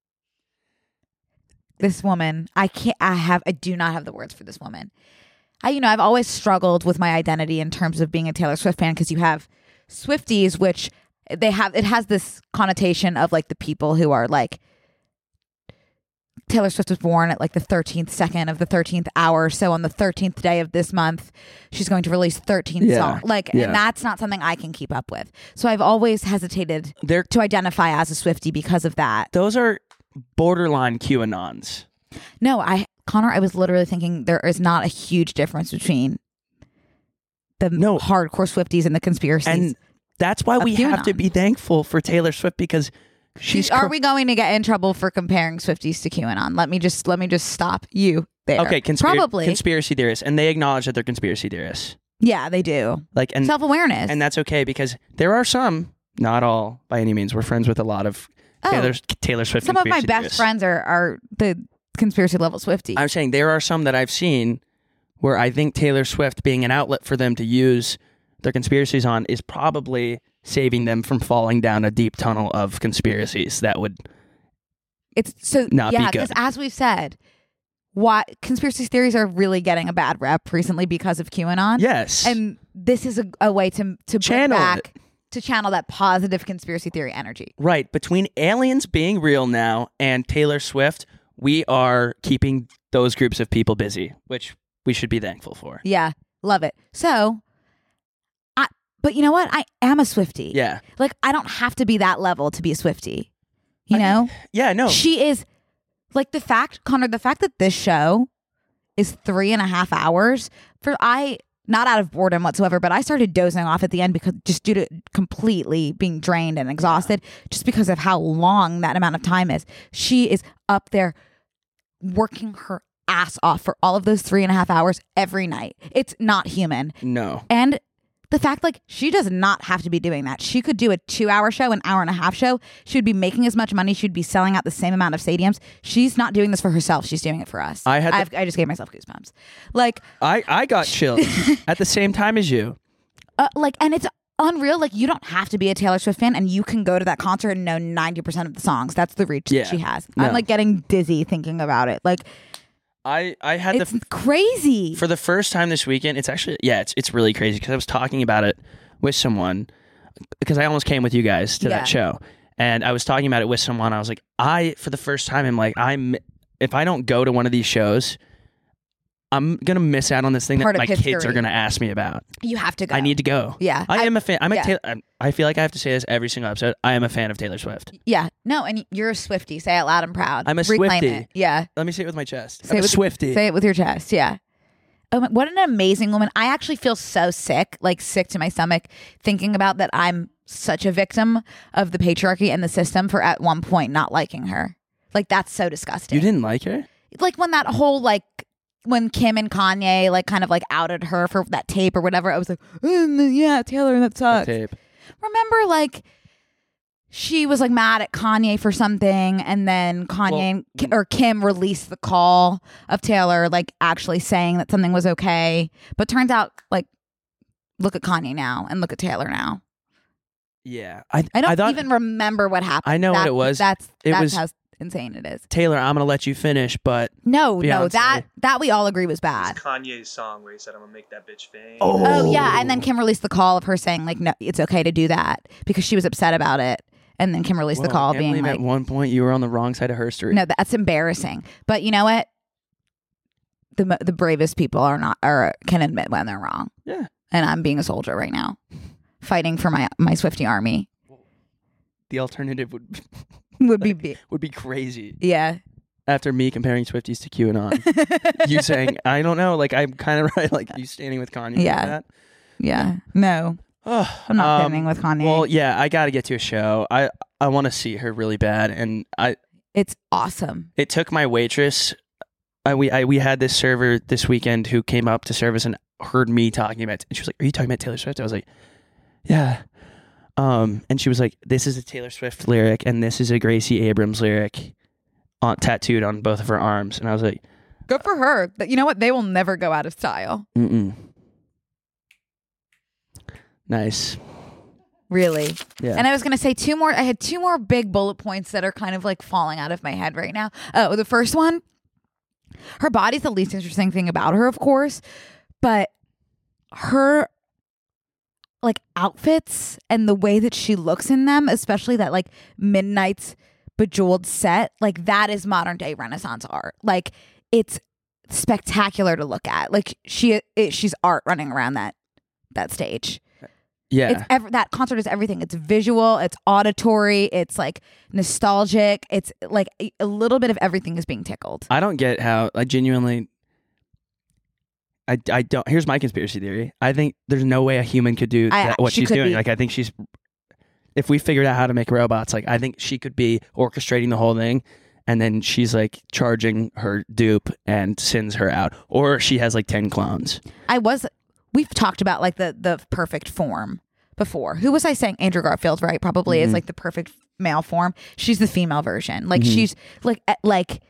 S2: this woman i can't i have i do not have the words for this woman i you know i've always struggled with my identity in terms of being a taylor swift fan because you have swifties which they have it has this connotation of like the people who are like Taylor Swift was born at like the 13th second of the 13th hour. So on the 13th day of this month, she's going to release 13
S3: Yeah.
S2: songs. Like,
S3: Yeah.
S2: and that's not something I can keep up with. So I've always hesitated
S3: They're
S2: to identify as a Swifty because of that.
S3: those are borderline QAnons.
S2: No, I Connor, I was literally thinking there is not a huge difference between the
S3: No.
S2: hardcore Swifties and the conspiracies.
S3: And that's why
S2: A
S3: we have to
S2: QAnon.
S3: be thankful for Taylor Swift because she's
S2: are
S3: cor-
S2: we going to get in trouble for comparing Swifties to QAnon? Let me just let me just stop you there.
S3: okay, conspira-
S2: probably.
S3: conspiracy theorists and they acknowledge that they're conspiracy theorists.
S2: yeah, they do.
S3: Like and
S2: Self awareness.
S3: Mm. and that's okay because there are some, not all by any means. We're friends with a lot of
S2: Oh.
S3: Taylor Taylor Swift
S2: some of my
S3: conspiracy
S2: best
S3: theorists.
S2: friends are are the conspiracy level Swifties.
S3: I'm saying there are some that I've seen where I think Taylor Swift being an outlet for them to use their conspiracies on is probably saving them from falling down a deep tunnel of conspiracies that would
S2: It's so
S3: not be
S2: yeah,
S3: good.
S2: because as we've said, why conspiracy theories are really getting a bad rep recently because of QAnon.
S3: yes
S2: and this is a, a way to to
S3: Channel
S2: channel back to channel that positive conspiracy theory energy.
S3: right between aliens being real now and Taylor Swift we are keeping those groups of people busy which we should be thankful for
S2: Yeah, love it. So, I but you know what? I am a Swifty.
S3: yeah
S2: like I don't have to be that level to be a Swifty. You know,
S3: yeah no
S2: she is like the fact, Connor. The fact that this show is three and a half hours for I not out of boredom whatsoever, but I started dozing off at the end because just due to completely being drained and exhausted, just because of how long that amount of time is. She is up there working her ass off for all of those three and a half hours every night. It's not human.
S3: no
S2: And the fact like she does not have to be doing that. She could do a two hour show, an hour and a half show. She would be making as much money. She'd be selling out the same amount of stadiums. She's not doing this for herself. She's doing it for us.
S3: I had the-
S2: I've, I just gave myself goosebumps. Like,
S3: I, I got chills at the same time as you.
S2: uh, like, and it's unreal. Like, you don't have to be a Taylor Swift fan, and you can go to that concert and know ninety percent of the songs. That's the reach
S3: Yeah.
S2: that she has.
S3: No.
S2: I'm like getting dizzy thinking about it. Like,
S3: I, I had the
S2: it's crazy.
S3: for the first time this weekend, it's actually yeah, it's it's really crazy because I was talking about it with someone because I almost came with you guys to
S2: Yeah.
S3: that show, and I was talking about it with someone. I was like, I for the first time, I'm like, I'm if I don't go to one of these shows, I'm gonna miss out on this thing
S2: Part
S3: that
S2: of
S3: my kids
S2: history.
S3: are gonna ask me about.
S2: you have to go.
S3: I need to go.
S2: Yeah.
S3: I,
S2: I-
S3: am a fan. I'm a
S2: yeah.
S3: Taylor. I'm- I feel like I have to say this every single episode. I am a fan of Taylor Swift.
S2: Yeah. No, and you're a Swifty. Say it loud and proud.
S3: I'm a
S2: Reclaim
S3: Swiftie.
S2: It. Yeah.
S3: Let me say it with my chest.
S2: Say
S3: I'm
S2: it
S3: a
S2: with-
S3: Swifty.
S2: Say it with your chest. Yeah. Oh my, what an amazing woman. I actually feel so sick, like sick to my stomach, thinking about that I'm such a victim of the patriarchy and the system for at one point not liking her. Like that's so disgusting.
S3: you didn't like her?
S2: like when that whole like when Kim and Kanye like kind of like outed her for that tape or whatever, I was like, "Mm, yeah, Taylor, that sucks
S3: Tape.
S2: remember like she was like mad at Kanye for something, and then Kanye
S3: Well,
S2: and Ki- or Kim released the call of Taylor, like actually saying that something was okay. But turns out, like, look at Kanye now and look at Taylor now.
S3: Yeah. I
S2: I don't
S3: thought,
S2: even remember what happened.
S3: I know what it was.
S2: That's
S3: It
S2: that's
S3: was-
S2: how insane it is.
S3: Taylor, I'm gonna let you finish, but
S2: No, no,
S3: Beyonce.
S2: that that we all agree was bad.
S8: Kanye's song where he said, "I'm gonna make that bitch famous."
S2: Oh yeah, and then Kim released the call of her saying like, no, it's okay to do that because she was upset about it. And then Kim released
S3: Whoa,
S2: the call,
S3: I can't
S2: being
S3: believe
S2: like,
S3: at one point you were on the wrong side of her street.
S2: No, that's embarrassing. But you know what? The mo- the bravest people are not are can admit when they're wrong.
S3: Yeah.
S2: And I'm being a soldier right now, fighting for my my Swifty army
S3: The alternative would
S2: would be, be
S3: would be crazy.
S2: yeah.
S3: After me comparing Swifties to QAnon, you saying I don't know, like I'm kind of right, like you standing with Kanye.
S2: Yeah.
S3: for that.
S2: yeah. No,
S3: Oh,
S2: I'm not standing with Kanye.
S3: Well, yeah, I got to get to a show. I I want to see her really bad, and I
S2: it's awesome.
S3: it took my waitress. I, we I, we had this server this weekend who came up to service and heard me talking about. And she was like, "Are you talking about Taylor Swift?" I was like, "Yeah." Um, and she was like, "This is a Taylor Swift lyric, and this is a Gracie Abrams lyric, on, tattooed on both of her arms." And I was like,
S2: Good for her. But you know what? They will never go out of style.
S3: "Mm-mm." Nice.
S2: Really.
S3: Yeah.
S2: And I was going to say two more. I had two more big bullet points that are kind of like falling out of my head right now. Oh, the first one her body's the least interesting thing about her, of course, but her like outfits and the way that she looks in them, especially that like midnight's bejeweled set, like that is modern day Renaissance art. Like it's spectacular to look at. Like she it, she's art running around that that stage.
S3: yeah.
S2: It's ev- that concert is everything. It's visual, it's auditory, it's like nostalgic. It's like a, a little bit of everything is being tickled.
S3: I don't get how I genuinely. I, I don't. Here's my conspiracy theory. I think there's no way a human could do
S2: I-
S3: that, what
S2: she
S3: she's
S2: could
S3: doing.
S2: be-
S3: Like I think she's. If we figured out how to make robots, like I think she could be orchestrating the whole thing, and then she's like charging her dupe and sends her out, or she has like ten clones.
S2: I was we've talked about like the the perfect form before. Who was I saying Andrew Garfield, right? Probably
S3: Mm-hmm.
S2: is like the perfect male form. She's the female version. Like
S3: Mhm.
S2: she's like eh, like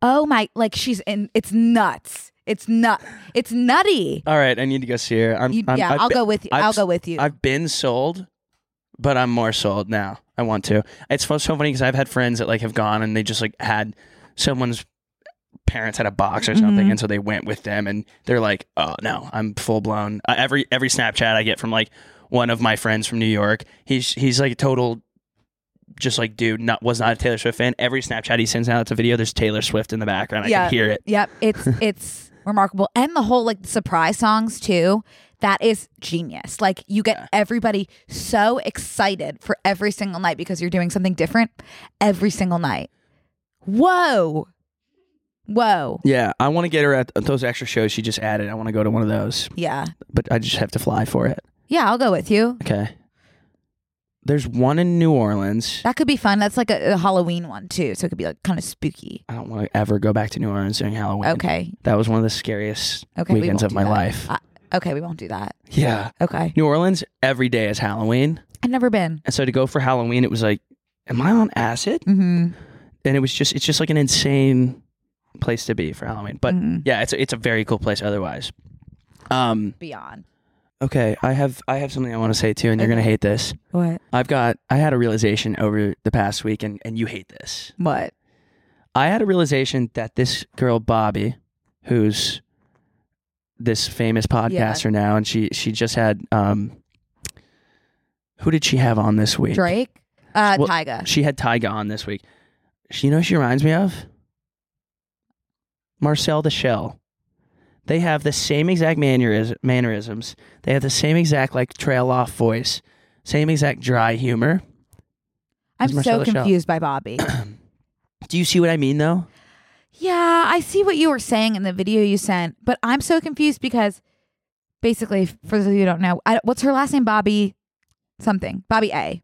S2: oh my like she's in it's nuts. It's nut it's nutty.
S3: All right, I need to go see her. I'm,
S2: You-
S3: I'm,
S2: yeah,
S3: I've
S2: I'll
S3: been-
S2: go with you.
S3: I've
S2: I'll
S3: s-
S2: go with you.
S3: I've been sold, but I'm more sold now. I want to. It's so so funny because I've had friends that like have gone and they just like had someone's parents had a box or something, and so they went with them, and they're like, "Oh no, I'm full blown." Uh, every every Snapchat I get from like one of my friends from New York, he's he's like a total. Just like dude, not was not a Taylor Swift fan. Every Snapchat he sends out, it's a video. There's Taylor Swift in the background. I
S2: yeah,
S3: can hear it.
S2: Yep, it's it's remarkable, and the whole like surprise songs too. That is genius. Like you get everybody so excited for every single night because you're doing something different every single night. Whoa, whoa,
S3: Yeah, I want to get her at those extra shows she just added. I want to go to one of those,
S2: yeah,
S3: but I just have to fly for it.
S2: yeah. I'll go with you.
S3: Okay. There's one in New Orleans.
S2: That could be fun. That's like a, a Halloween one too, so it could be like kind of spooky.
S3: I don't want to ever go back to New Orleans during Halloween.
S2: Okay,
S3: That was one of the scariest
S2: okay. we
S3: weekends
S2: won't
S3: of
S2: do
S3: my
S2: that. Uh,
S3: life.
S2: I, Okay, we won't do that.
S3: Yeah.
S2: Okay.
S3: New Orleans every day is Halloween.
S2: I've never been.
S3: And so to go for Halloween, it was like, am I on acid?
S2: Mm-hmm.
S3: And it was just, it's just like an insane place to be for Halloween. But
S2: Mhm.
S3: yeah, it's a, it's a very cool place otherwise. Um,
S2: Beyond.
S3: okay, I have I have something I want to say too, and you're gonna hate this.
S2: What?
S3: I've got I had a realization over the past week, and and you hate this.
S2: What?
S3: I had a realization that this girl Bobby, who's this famous podcaster now, and she she just had um, who did she have on this week?
S2: Drake? Uh,
S3: Well-
S2: Tyga.
S3: She had Tyga on this week. She, you know, who she reminds me of Marcel the Shell. They have the same exact manneris- mannerisms. They have the same exact like trail off voice, same exact dry humor.
S2: I'm
S3: It's Marcella
S2: so
S3: Shell.
S2: confused by Bobby.
S3: Do you see what I mean though?
S2: yeah, I see what you were saying in the video you sent, but I'm so confused because basically, for those of you who don't know, I, what's her last name? Bobby something. Bobby A.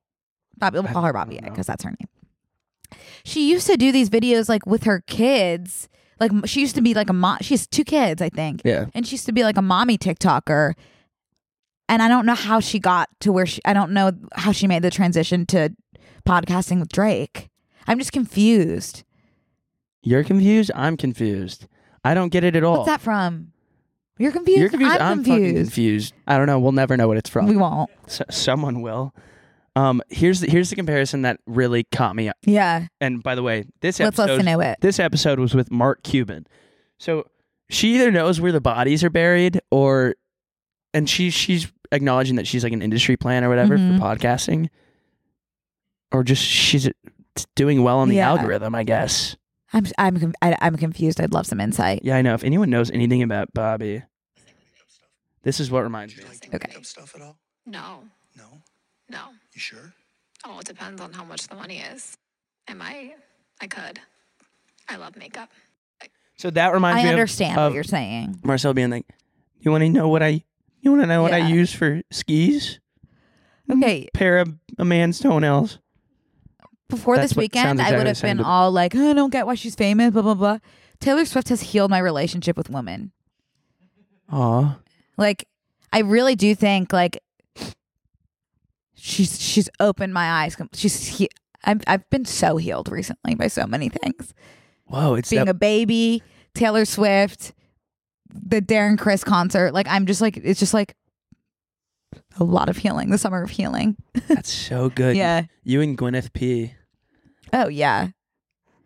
S2: Bobby, we'll
S3: I
S2: call her Bobby
S3: don't
S2: A
S3: know.
S2: because that's her name. She used to do these videos like with her kids. Like m- she used to be like a mom. She has two kids, I think.
S3: Yeah.
S2: and she used to be like a mommy TikToker. And I don't know how she got to where she. I don't know how she made the transition to podcasting with Drake. I'm just confused.
S3: You're confused. I'm confused. I don't get it at all.
S2: What's that from? You're confused.
S3: Oh. You're confused.
S2: I'm,
S3: fucking
S2: confused.
S3: confused. I don't know. We'll never know what it's from.
S2: We won't.
S3: S- someone will. Um, here's the, here's the comparison that really caught me.
S2: Yeah.
S3: And by the way, this
S2: Let's
S3: episode
S2: listen to it.
S3: this episode was with Mark Cuban. So she either knows where the bodies are buried or and she she's acknowledging that she's like an industry plan or whatever
S2: Mhm.
S3: for podcasting or just she's doing well on the
S2: Yeah.
S3: algorithm, I guess.
S2: I'm. I'm. con- I, I'm confused. I'd love some insight.
S3: Yeah, I know. If anyone knows anything about Bobby, this is what reminds me.
S2: Okay.
S6: Stuff at all?
S9: No,
S6: No.
S9: no.
S6: You sure?
S9: Oh, it depends on how much the money is. Am I? I could. I love makeup.
S3: So that reminds
S2: I
S3: me of-
S2: understand
S3: of,
S2: what you're saying.
S3: Marcel being like, "You want to know what I? You want to know what I
S2: Yeah. Mm-hmm.
S3: use for skis?
S2: Okay.
S3: Pair of a man's toenails."
S2: Before
S3: That's
S2: this
S3: what
S2: weekend,
S3: sounds
S2: I would
S3: exactly
S2: have
S3: the same
S2: been
S3: to-
S2: all like, "Oh, "I don't get why she's famous." Blah blah blah. Taylor Swift has healed my relationship with women.
S3: Aw,
S2: Like I really do think like she's she's opened my eyes. com- She's he- I've I've been so healed recently by so many things.
S3: whoa! It's
S2: Being
S3: that,
S2: a baby, Taylor Swift, the Darren Chris concert. Like I'm just like it's just like a lot of healing. The summer of healing.
S3: that's so good.
S2: Yeah.
S3: you and Gwyneth P.
S2: Oh yeah.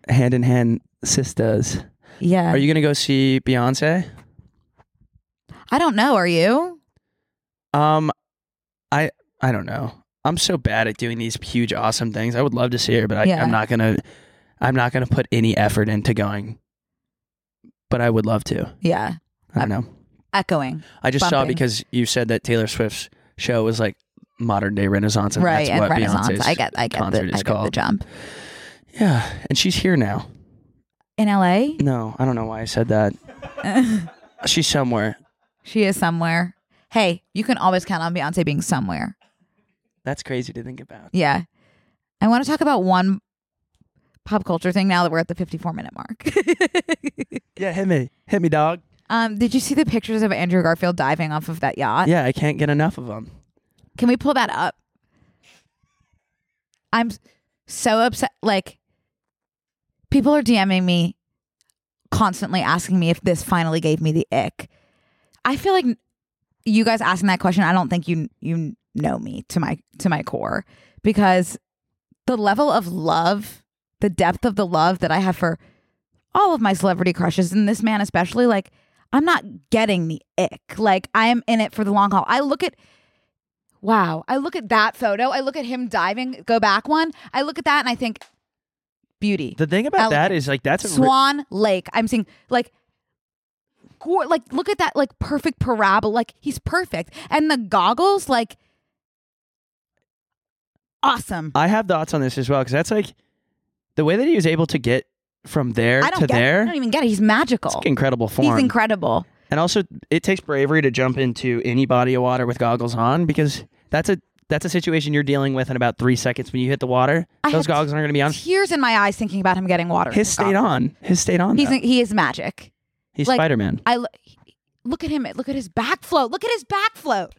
S3: hand in hand sisters.
S2: Yeah.
S3: Are you gonna go see Beyonce?
S2: I don't know. Are you?
S3: Um, I I don't know. I'm so bad at doing these huge awesome things. I would love to see her, but I,
S2: Yeah.
S3: I'm not gonna. I'm not gonna put any effort into going. But I would love to.
S2: Yeah.
S3: I don't know.
S2: Echoing.
S3: I just saw
S2: bumping.
S3: because you said that Taylor Swift's show was like modern day Renaissance, and
S2: right.
S3: that's
S2: And
S3: what
S2: Renaissance.
S3: Beyonce's
S2: I get I get
S3: concert
S2: the
S3: is
S2: I get the
S3: called.
S2: jump.
S3: yeah, and she's here now.
S2: In LA?
S3: No, I don't know why I said that. she's somewhere.
S2: She is somewhere. Hey, you can always count on Beyonce being somewhere.
S3: That's crazy to think about.
S2: Yeah. I want to talk about one pop culture thing now that we're at the 54 minute mark.
S3: Yeah, hit me, hit me, dog.
S2: um, did you see the pictures of Andrew Garfield diving off of that yacht?
S3: Yeah, I can't get enough of them.
S2: Can we pull that up? I'm so upset. Like, people are DMing me constantly asking me if this finally gave me the ick. I feel like you guys asking that question, I don't think you you know me to my to my core because the level of love, the depth of the love that I have for all of my celebrity crushes and this man especially, like I'm not getting the ick. Like I am in it for the long haul. I look at wow, I look at that photo. I look at him diving, go back one. I look at that and I think beauty.
S3: The thing about
S2: Elegant.
S3: that is like that's a re-
S2: Swan Lake. I'm seeing like gore, like look at that like perfect parabola. Like he's perfect. And the goggles like awesome.
S3: I have thoughts on this as well because that's like the way that he was able to get from there
S2: I don't
S3: to
S2: get
S3: there.
S2: it. I don't even get it. He's magical.
S3: it's incredible form.
S2: He's incredible.
S3: And also, it takes bravery to jump into any body of water with goggles on because that's a that's a situation you're dealing with in about three seconds when you hit the water.
S2: I
S3: those
S2: had
S3: goggles aren't going to be on.
S2: Tears in my eyes thinking about him getting water. in
S3: His
S2: his
S3: stayed
S2: goggles.
S3: on. His stayed on.
S2: He's
S3: though.
S2: he is magic.
S3: He's
S2: like-
S3: Spider Man.
S2: I lo- Look at him. Look at his back float. Look at his back float.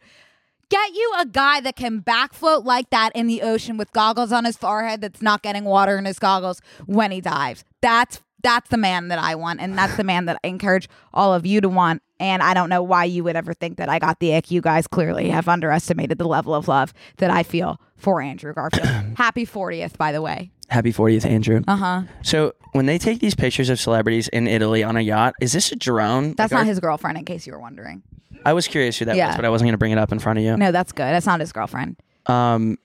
S2: Get you a guy that can back float like that in the ocean with goggles on his forehead that's not getting water in his goggles when he dives. That's that's the man that I want and that's the man that I encourage all of you to want. And I don't know why you would ever think that I got the ick. You guys clearly have underestimated the level of love that I feel for Andrew Garfield. Happy 40th, by the way.
S3: Happy 40th, Andrew.
S2: Uh huh.
S3: So when they take these pictures of celebrities in Italy on a yacht, is this a drone?
S2: That's
S3: Like,
S2: not
S3: are-
S2: his girlfriend, in case you were wondering.
S3: I was curious who that
S2: Yeah.
S3: was, but I wasn't going to bring it up in front of you.
S2: No, that's good. That's not his girlfriend.
S3: Um,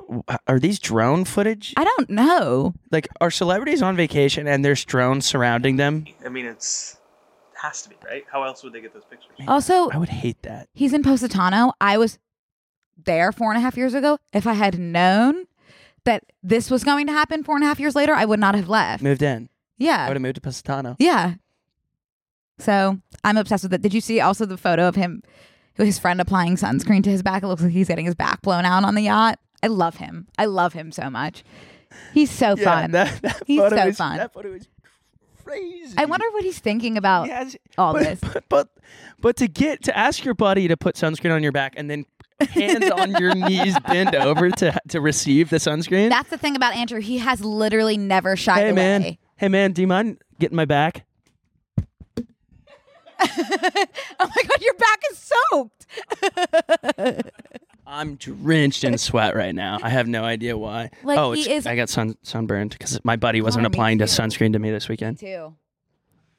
S3: w- are these drone footage?
S2: I don't know.
S3: Like, are celebrities on vacation and there's drones surrounding them?
S8: I mean, it's has to be right. How else would they get those pictures?
S2: Also,
S3: I would hate that.
S2: he's in Positano. I was there four and a half years ago. If I had known that this was going to happen four and a half years later, I would not have left.
S3: Moved in. I would
S2: Yeah.
S3: have moved to Positano.
S2: Yeah. So I'm obsessed with it. Did you see also the photo of him, his friend applying sunscreen to his back? It looks like he's getting his back blown out on the yacht. I love him. I love him so much. He's so fun.
S3: That, that
S2: He's
S3: photo
S2: so
S3: is-
S2: fun.
S3: That photo is crazy.
S2: I wonder what he's thinking about.
S3: Yes,
S2: all
S3: but,
S2: this.
S3: But, but but to get to ask your buddy to put sunscreen on your back and then hands on your knees bend over to to receive the sunscreen.
S2: That's the thing about Andrew. He has literally never shied
S3: hey
S2: away.
S3: man, hey man, do you mind getting my back?
S2: Oh my god, your back is soaked.
S3: I'm drenched in sweat right now. I have no idea why.
S2: Like,
S3: oh,
S2: he
S3: it's,
S2: is-
S3: I got sun sunburned because my buddy wasn't
S2: Oh, me
S3: applying to
S2: too.
S3: sunscreen to me this weekend.
S2: Too.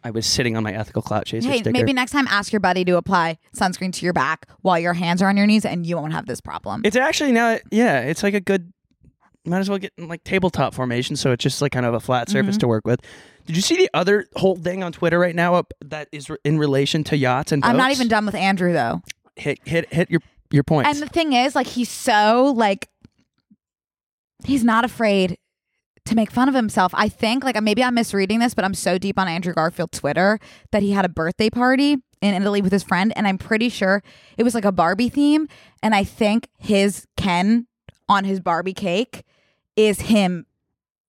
S3: I was sitting on my ethical clout chaser
S2: Hey,
S3: sticker.
S2: maybe next time ask your buddy to apply sunscreen to your back while your hands are on your knees and you won't have this problem.
S3: It's actually now, yeah, it's like a good. Might as well get in like tabletop formation, so it's just like kind of a flat
S2: Mm-hmm.
S3: surface to work with. Did you see the other whole thing on Twitter right now up that is re- in relation to yachts and?
S2: I'm not
S3: boats?
S2: even done with Andrew though.
S3: Hit hit hit your your points.
S2: And the thing is, like, he's so like he's not afraid to make fun of himself. I think, like, maybe I'm misreading this, but I'm so deep on Andrew Garfield Twitter that he had a birthday party in Italy with his friend, and I'm pretty sure it was like a Barbie theme. And I think his Ken on his Barbie cake is him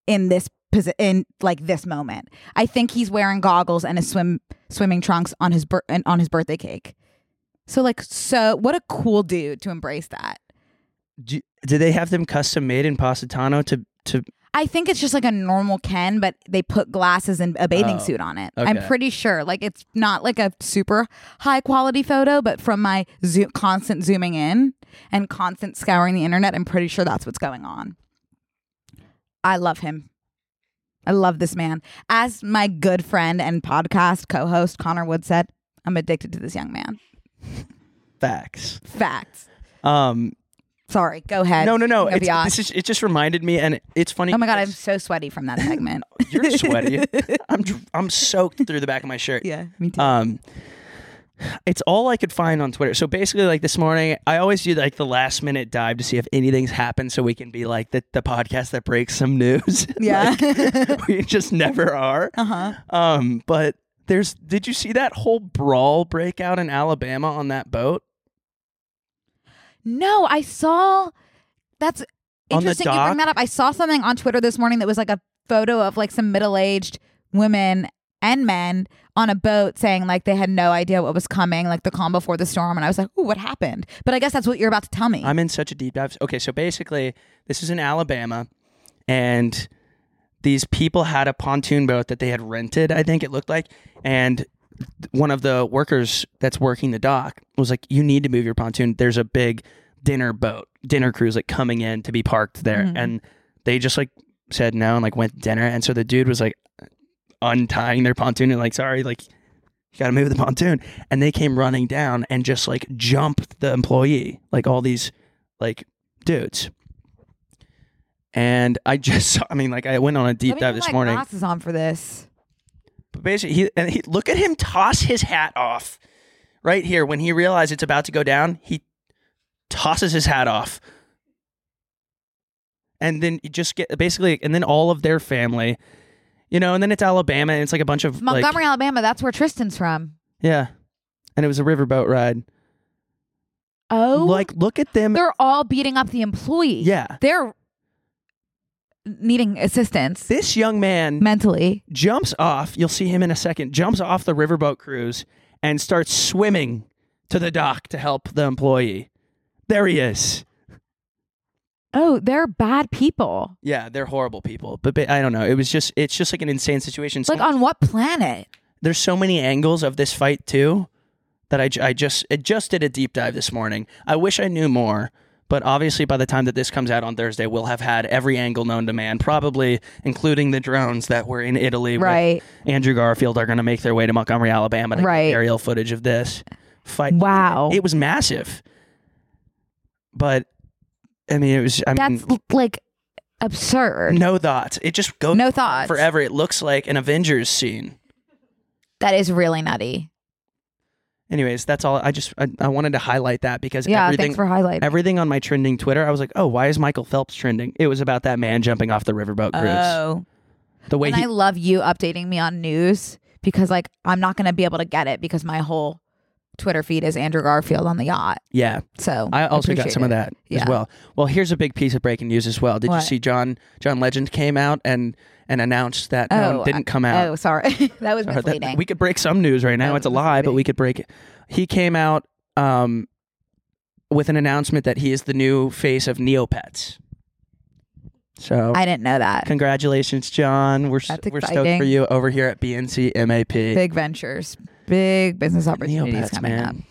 S2: in this posi- in like this moment. I think he's wearing goggles and his swim swimming trunks on his bir- and on his birthday cake. So like so what a cool dude to embrace that.
S3: do, do they have them custom made in Positano to to?
S2: I think it's just like a normal Ken, but they put glasses and a bathing
S3: Oh,
S2: suit on it. I'm
S3: okay.
S2: pretty sure. Like it's not like a super high quality photo, but from my zo- constant zooming in and constant scouring the internet, I'm pretty sure that's what's going on. I love him. I love this man. As my good friend and podcast co-host Connor Wood said, I'm addicted to this young man.
S3: Facts.
S2: Facts.
S3: Um,
S2: Sorry. Go ahead.
S3: no, no, no.
S2: Of
S3: It's,
S2: yacht.
S3: this is, it just reminded me, and it's funny.
S2: Oh my god, I'm
S3: because
S2: so sweaty from that segment.
S3: you're sweaty. I'm dr- I'm soaked through the back of my shirt.
S2: yeah, me too.
S3: um it's all I could find on Twitter. So basically, like this morning, I always do like the last minute dive to see if anything's happened, so we can be like the, the podcast that breaks some news.
S2: Yeah.
S3: Like, we just never are.
S2: uh-huh.
S3: Um, but there's. Did you see that whole brawl breakout in Alabama on that boat
S2: No, I saw that's
S3: On the
S2: interesting you bring
S3: dock?
S2: that up. I saw something on Twitter this morning that was like a photo of like some middle-aged women and men on a boat saying like they had no idea what was coming, like the calm before the storm and I was like, "Ooh, what happened?" But I guess that's what you're about to tell me.
S3: I'm in such a deep dive. Okay, so basically, this is in Alabama, and these people had a pontoon boat that they had rented. I think it looked like, and one of the workers that's working the dock was like, "You need to move your pontoon. There's a big dinner boat, dinner cruise like coming in to be parked there," and they just like said no and like went to dinner. And so the dude was like untying their pontoon and like, "Sorry, like." You gotta move the pontoon, and they came running down and just like jumped the employee, like all these like dudes. And I just, saw, I mean, like I went on a deep
S2: Let me
S3: dive
S2: put
S3: this
S2: my
S3: morning.
S2: Glasses on for this.
S3: But basically, he and he look at him toss his hat off right here when he realized it's about to go down. He tosses his hat off, and then you just get basically, and then all of their family, you know, and then it's Alabama, and it's like a bunch of like-
S2: Montgomery, Alabama, that's where Tristan's from.
S3: yeah, and it was a riverboat ride.
S2: Oh.
S3: like, look at them.
S2: they're all beating up the employee.
S3: Yeah.
S2: They're needing assistance
S3: This young man
S2: mentally.
S3: jumps off. You'll see him in a second. Jumps off the riverboat cruise and starts swimming to the dock to help the employee. There he is.
S2: Oh, they're bad people.
S3: Yeah, they're horrible people. But, ba- I don't know. It was just it's just like an insane situation. So-
S2: Like on what planet?
S3: there's so many angles of this fight too that I, j- I just I just did a deep dive this morning. I wish I knew more, but obviously by the time that this comes out on Thursday, we'll have had every angle known to man, probably including the drones that were in Italy. with
S2: Right.
S3: Andrew Garfield are going to make their way to Montgomery, Alabama, to get
S2: Right.
S3: aerial footage of this fight.
S2: Wow.
S3: It was massive, but I mean, it was. I mean,
S2: That's like absurd.
S3: Mm. no thoughts. It just goes
S2: No thoughts.
S3: forever. It looks like an Avengers scene.
S2: That is really nutty.
S3: Anyways, that's all. I just I, I wanted to highlight that because
S2: Yeah,
S3: everything
S2: thanks for highlighting.
S3: everything on my trending Twitter, I was like, oh, why is Michael Phelps trending? It was about that man jumping off the riverboat cruise.
S2: oh.
S3: the way
S2: And
S3: he,
S2: I love you updating me on news because like I'm not gonna be able to get it because my whole Twitter feed is Andrew Garfield on the yacht.
S3: yeah,
S2: So
S3: I also got
S2: appreciate
S3: some of
S2: it.
S3: that as
S2: Yeah.
S3: well. Well, here's a big piece of breaking news as well. Did
S2: What?
S3: you see John John Legend came out and and announced that no,
S2: Oh,
S3: it didn't come out.
S2: Oh, sorry. that was
S3: Or that-
S2: misleading.
S3: we could break some news right now.
S2: That
S3: it's a
S2: was
S3: lie, but
S2: misleading.
S3: we could break it. He came out um, with an announcement that he is the new face of Neopets. So
S2: I didn't know that.
S3: Congratulations, John. We're,
S2: That's
S3: we're stoked for
S2: exciting.
S3: you over here at BNC MAP.
S2: Big ventures, big business opportunities
S3: Neopets,
S2: coming
S3: man.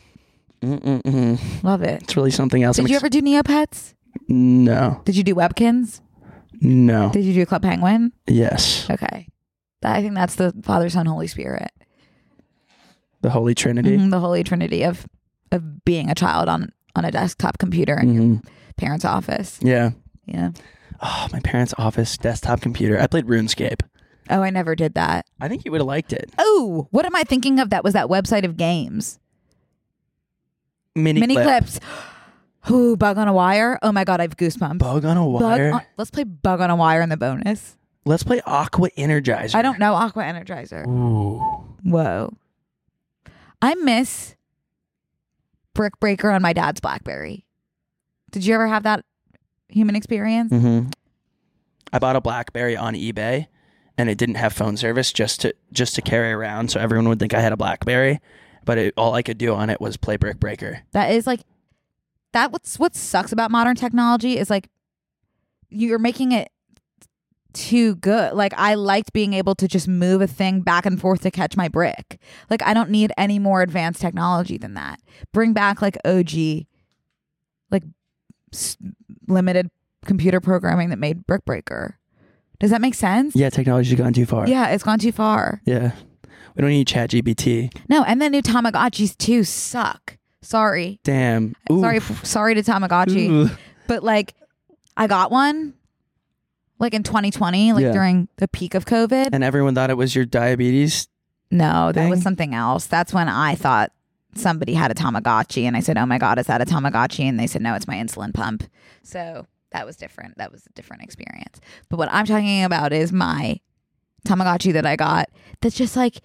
S3: Mm-mm-mm.
S2: up. Love it.
S3: It's really something else.
S2: Did
S3: I'm
S2: you
S3: ex-
S2: ever do Neopets?
S3: No.
S2: Did you do Webkins?
S3: No.
S2: Did you do Club Penguin?
S3: Yes.
S2: Okay. That, I think that's the Father, Son, Holy Spirit.
S3: The Holy Trinity.
S2: Mhm, the Holy Trinity of of being a child on on a desktop computer in
S3: Mm.
S2: your parents' office.
S3: Mm-hmm. Yeah.
S2: Yeah.
S3: Oh, my parents' office desktop computer. I played RuneScape.
S2: Oh, I never did that.
S3: I think you would have liked it.
S2: Oh, what am I thinking of? That was that website of games.
S3: Mini,
S2: Mini
S3: clip.
S2: clips. Ooh, bug on a wire. Oh my god, I've goosebumps.
S3: Bug on a
S2: Bug
S3: wire.
S2: on- let's play bug on a wire in the bonus.
S3: Let's play Aqua Energizer.
S2: I don't know Aqua Energizer.
S3: Ooh.
S2: Whoa. I miss Brick Breaker on my dad's Blackberry. Did you ever have that human experience?
S3: Mm-hmm. I bought a BlackBerry on eBay, and it didn't have phone service just to just to carry around, so everyone would think I had a BlackBerry. But it, all I could do on it was play Brick Breaker.
S2: That is like that what's what sucks about modern technology is like you're making it too good. Like I liked being able to just move a thing back and forth to catch my brick. Like I don't need any more advanced technology than that. Bring back like OG like s- limited computer programming that made brick breaker. Does that make sense?
S3: Yeah, technology's gone too far.
S2: Yeah, it's gone too far.
S3: yeah. We don't need ChatGPT.
S2: No, and the new Tamagotchis too suck. Sorry.
S3: Damn. Ooh.
S2: Sorry, sorry to Tamagotchi.
S3: Ooh.
S2: but like I got one like in 2020, like
S3: Yeah.
S2: during the peak of COVID.
S3: And everyone thought it was your diabetes.
S2: no, that was
S3: thing?
S2: something else. That's when I thought somebody had a Tamagotchi and I said, "Oh my god, is that a Tamagotchi?" and they said, "No, it's my insulin pump." So, that was different. That was a different experience. But what I'm talking about is my Tamagotchi that I got that's just like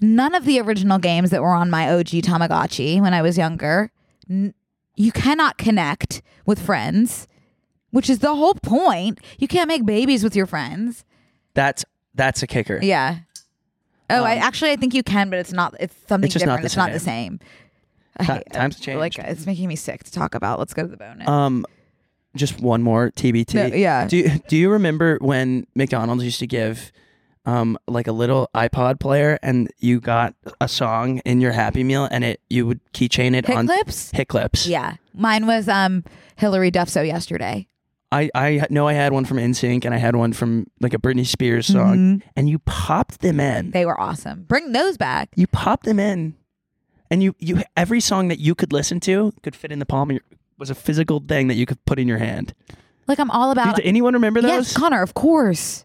S2: none of the original games that were on my OG Tamagotchi when I was younger. N- you cannot connect with friends, which is the whole point. You can't make babies with your friends.
S3: That's that's a kicker.
S2: Yeah. Oh, I
S3: Um,
S2: actually I think you can, but it's not. It's something
S3: It's just
S2: different.
S3: not the
S2: it's not the same. I
S3: Ti-
S2: hate it.
S3: times have
S2: Like
S3: changed.
S2: it's making me sick to talk about. Let's go to the bonus.
S3: Um, just one more TBT.
S2: No, yeah.
S3: Do you, Do you remember when McDonald's used to give, um, like a little iPod player, and you got a song in your Happy Meal, and it you would keychain it
S2: Hit
S3: on
S2: clips?
S3: Hit clips.
S2: Yeah, mine was um Hillary Duff. So yesterday.
S3: I I know I had one from NSYNC, and I had one from like a Britney Spears song, and you popped them in.
S2: Mm-hmm. They were awesome. Bring those back.
S3: you popped them in, and you you every song that you could listen to could fit in the palm. of your was a physical thing that you could put in your hand.
S2: Like I'm all about.
S3: Did anyone remember those?
S2: Yes, Connor, of course.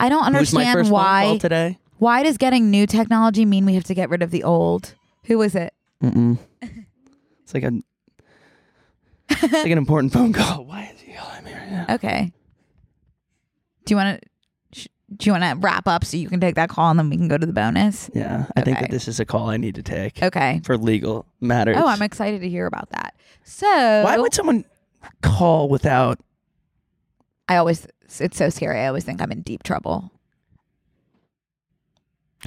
S2: I don't
S3: Who's my
S2: understand
S3: first phone call
S2: why.
S3: today?
S2: Why does getting new technology mean we have to get rid of the old? Who is it?
S3: Mm-mm. It's like a it's like an important phone call. Why is he yelling at me right now?
S2: Okay. Do you want to? Sh- do you want to wrap up so you can take that call and then we can go to the bonus?
S3: Yeah, I think that
S2: Okay.
S3: this is a call I need to take
S2: Okay.
S3: for legal matters.
S2: Oh, I'm excited to hear about that. So
S3: Why would someone call without?
S2: I always it's so scary. I always think I'm in deep trouble.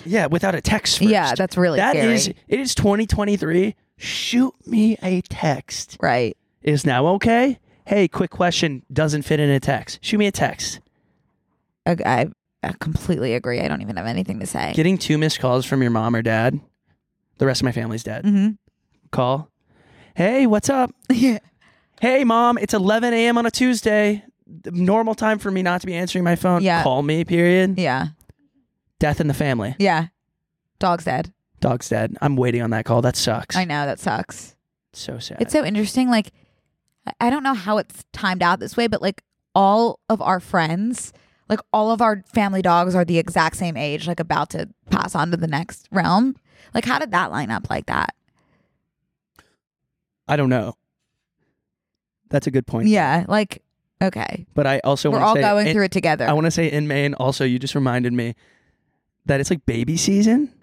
S3: Yeah, without a text. First.
S2: Yeah, that's really
S3: That
S2: scary.
S3: is- It is 2023. Shoot me a text.
S2: right.
S3: Is now okay? Hey, quick question. Doesn't fit in a text. Shoot me a text.
S2: I, I, I completely agree. I don't even have anything to say.
S3: Getting two missed calls from your mom or dad. The rest of my family's dead.
S2: Mhm.
S3: Call. Hey, what's up?
S2: yeah.
S3: Hey, mom. It's 11 a.m. on a Tuesday. The Normal time for me not to be answering my phone.
S2: Yeah.
S3: Call me. Period.
S2: Yeah.
S3: Death in the family.
S2: Yeah. Dog's dead.
S3: Dog's dead. I'm waiting on that call. That sucks.
S2: I know that sucks.
S3: so sad.
S2: It's so interesting. Like, I- I don't know how it's timed out this way, but like all of our friends, like all of our family dogs are the exact same age, like about to pass on to the next realm. Like, how did that line up like that?
S3: I don't know. That's a good point.
S2: Yeah. Like, okay.
S3: But I also
S2: We're
S3: want to
S2: all
S3: say
S2: going
S3: in-
S2: through it together.
S3: I want to say in Maine. Also, you just reminded me that it's like baby season,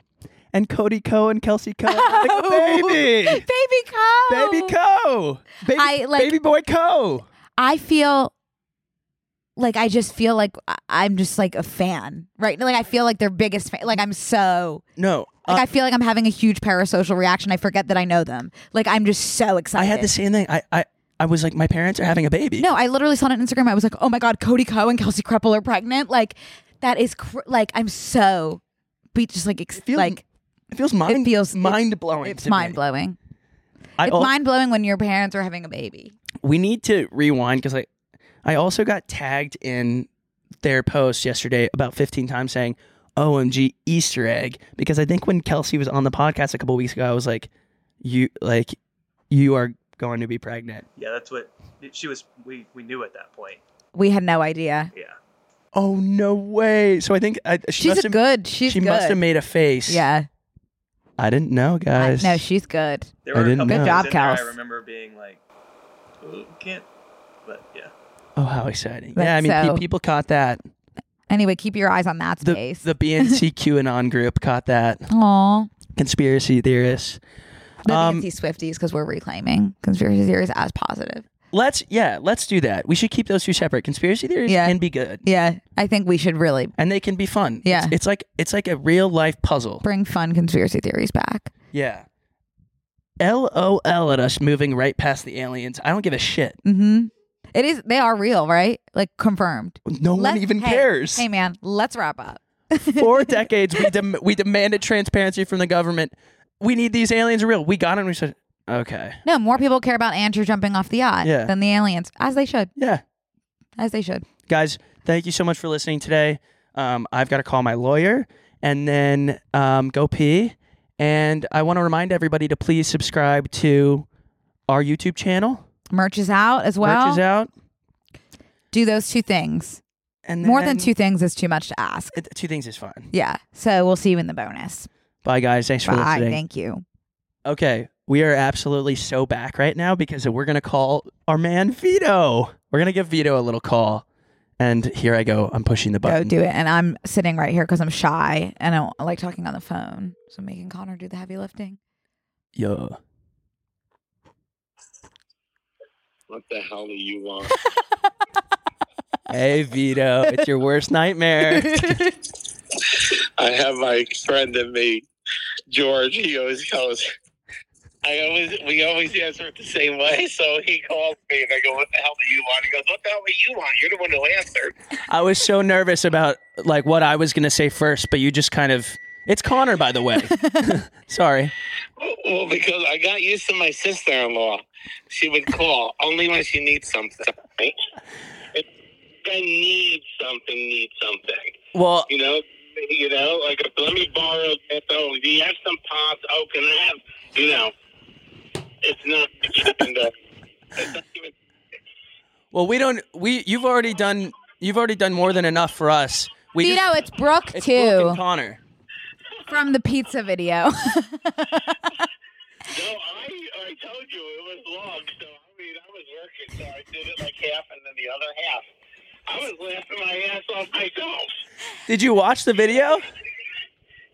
S3: and Cody Co and Kelsey Co.
S2: Oh.
S3: like, baby,
S2: Baby Co.
S3: baby Co,
S2: Oh.
S3: baby,
S2: I, like-
S3: baby boy Co.
S2: I feel like I just feel like I- I'm just like a fan, right? Like I feel like their biggest fan. Like I'm so
S3: No,
S2: like
S3: uh,
S2: I feel like I'm having a huge parasocial reaction. I forget that I know them. Like I'm just so
S3: I,
S2: excited.
S3: had the same thing. I, I, I was like, my parents are having a baby.
S2: No, I literally saw it on Instagram. I was like, oh my god, Cody Ko and Kelsey Kreppel are pregnant. Like that is cr- like I'm so be just like ex-
S3: feels-
S2: like
S3: it feels mind,
S2: feels-
S3: mind blowing.
S2: it's mind blowing. It's
S3: blowing.
S2: mind blowing when your parents are having a baby.
S3: we need to rewind because I, I also got tagged in their post yesterday about 15 times saying, "OMG Easter egg," because I think when Kelsey was on the podcast a couple weeks ago, I was like, "You like, you are going to be pregnant."
S8: Yeah, that's what she was. We we knew at that point.
S2: We had no idea.
S8: Yeah.
S3: Oh no way! So I think I, she
S2: She's
S3: must
S2: a
S3: have,
S2: good. She's
S3: she
S2: good.
S3: must have made a face.
S2: yeah.
S3: I didn't know,
S2: I-
S3: guys.
S2: no, she's good.
S8: There
S3: I
S8: were a
S3: didn't
S8: couple
S3: know.
S8: things
S2: Good job,
S8: in there I
S2: Kels.
S8: remember being like, "Ooh, can't, but yeah.
S3: oh, how exciting!
S2: But
S3: yeah, I mean, pe-
S2: so-
S3: people caught that.
S2: Anyway, keep your eyes on that
S3: The
S2: space.
S3: the BNC QAnon group caught that.
S2: Aw.
S3: Conspiracy theorists.
S2: The
S3: Um,
S2: Nancy Swifties, because we're reclaiming conspiracy theories as positive.
S3: Let's yeah, let's do that. We should keep those two separate. Conspiracy theories
S2: Yeah.
S3: can be good,
S2: Yeah, I think we should really
S3: and they can be fun.
S2: Yeah.
S3: it's, it's like it's like a real life puzzle.
S2: bring fun conspiracy theories back.
S3: Yeah. LOL at us moving right past the aliens. I don't give a shit.
S2: Mm-hmm. It is. They are real, right? Like confirmed.
S3: No
S2: Let's-
S3: one even
S2: hey,
S3: cares.
S2: Hey, man, let's wrap up.
S3: Four decades we dem- we demanded transparency from the government. We need these aliens real. We got them. We said okay.
S2: No, more people care about Andrew jumping off the yacht
S3: Yeah.
S2: than the aliens, as they should,
S3: Yeah,
S2: as they should.
S3: guys, thank you so much for listening today. Um, I've got to call my lawyer and then um, go pee. And I want to remind everybody to please subscribe to our YouTube channel.
S2: Merch is out as well.
S3: Merch is out.
S2: Do those two things.
S3: And
S2: More than
S3: then-
S2: two things is too much to ask.
S3: Uh, Two things is fine.
S2: Yeah. So we'll see you in the bonus.
S3: Bye, guys. Thanks for
S2: Bye.
S3: listening.
S2: Thank you.
S3: okay, we are absolutely so back right now because we're gonna call our man Vito. We're gonna give Vito a little call. And here I go. I'm pushing the button.
S2: Go do it. And I'm sitting right here because I'm shy and I don't like talking on the phone. So I'm making Connor do the heavy lifting.
S3: Yo.
S10: What the hell do you want?
S3: Hey Vito, it's your worst nightmare.
S10: I have my friend that made George. He always goes. I always we always answer it the same way. So he calls me and I go, "What the hell do you want?" He goes, "What the hell do you want? You're the one who answered."
S3: I was so nervous about like what I was gonna say first, but you just kind of it's Connor, by the way. Sorry.
S10: Well, Oh, because I got used to my sister-in-law. She would call only when she needs something. Right? If I need something, need something.
S3: Well,
S10: You know, you know, like let me borrow this. Oh, do you have some pots? Oh, can I have? You know, it's not. And, uh, it's not even,
S3: well, we don't. We you've already done. You've already done more than enough for us. We
S2: Vito,
S3: just-
S2: it's Brooke
S3: it's Brooke
S2: too
S3: and Connor.
S2: from the pizza video.
S10: no, I I told you it was long. So I mean, I was working, so I did it like half and then the other half. I was laughing my ass off myself.
S3: Did you watch the video?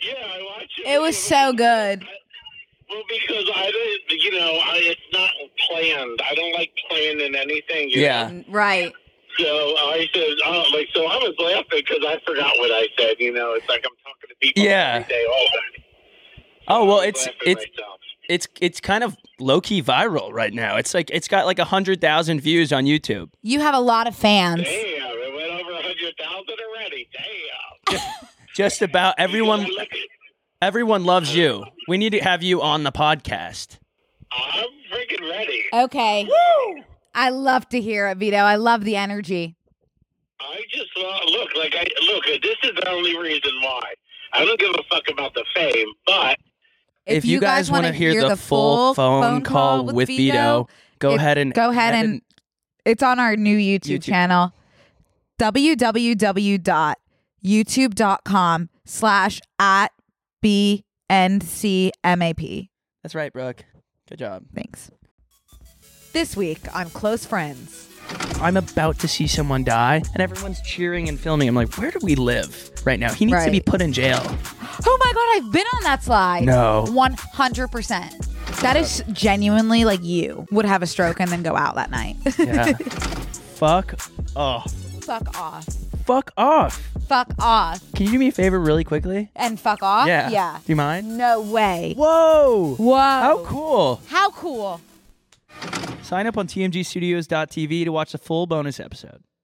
S10: Yeah, I watched it.
S2: it was so good.
S10: Well, because I didn't, you know, I, it's not planned. I don't like planning anything. you know?
S3: Yeah.
S2: Right.
S10: So I said, oh, like, so I was laughing because I forgot what I said. You know, it's like I'm talking to people
S3: Yeah.
S10: every day, all day.
S3: Oh well,
S10: I'm
S3: it's
S10: laughing
S3: it's
S10: myself.
S3: it's it's kind of low key viral right now. It's like it's got like a hundred thousand views on YouTube.
S2: You have a lot of fans.
S10: Damn, it went over a hundred thousand already. Damn.
S3: Just about everyone everyone loves you. We need to have you on the podcast.
S10: I'm freaking ready.
S2: Okay. I love to hear it, Vito. I love the energy.
S10: I just uh, look like I look. This is the only reason why I don't give a fuck about the fame, but
S3: If, you guys, want to
S2: wanna
S3: hear, the full phone, call, with Vito, go
S2: if-
S3: ahead and
S2: go ahead and-
S5: It's on our new YouTube,
S3: YouTube.
S5: channel, www.youtube.com slash at BNCMAP.
S3: That's right, Brooke. Good job.
S5: Thanks. This week on Close Friends.
S3: I'm about to see someone die, and everyone's cheering and filming. I'm like, where do we live right now? He needs to be
S5: Right.
S3: put in jail.
S2: Oh my god, I've been on that slide.
S3: No.
S2: 100%.
S5: That is genuinely like you would have a stroke and then go out that night.
S3: Yeah. Fuck off.
S2: Fuck off.
S3: Fuck off.
S2: Fuck off.
S3: Can you do me a favor really quickly?
S2: And fuck off?
S3: yeah.
S2: Yeah.
S3: Do you mind?
S2: No way.
S3: Whoa.
S2: Whoa.
S3: How cool.
S2: How cool.
S3: Sign up on tmgstudios.tv to watch the full bonus episode.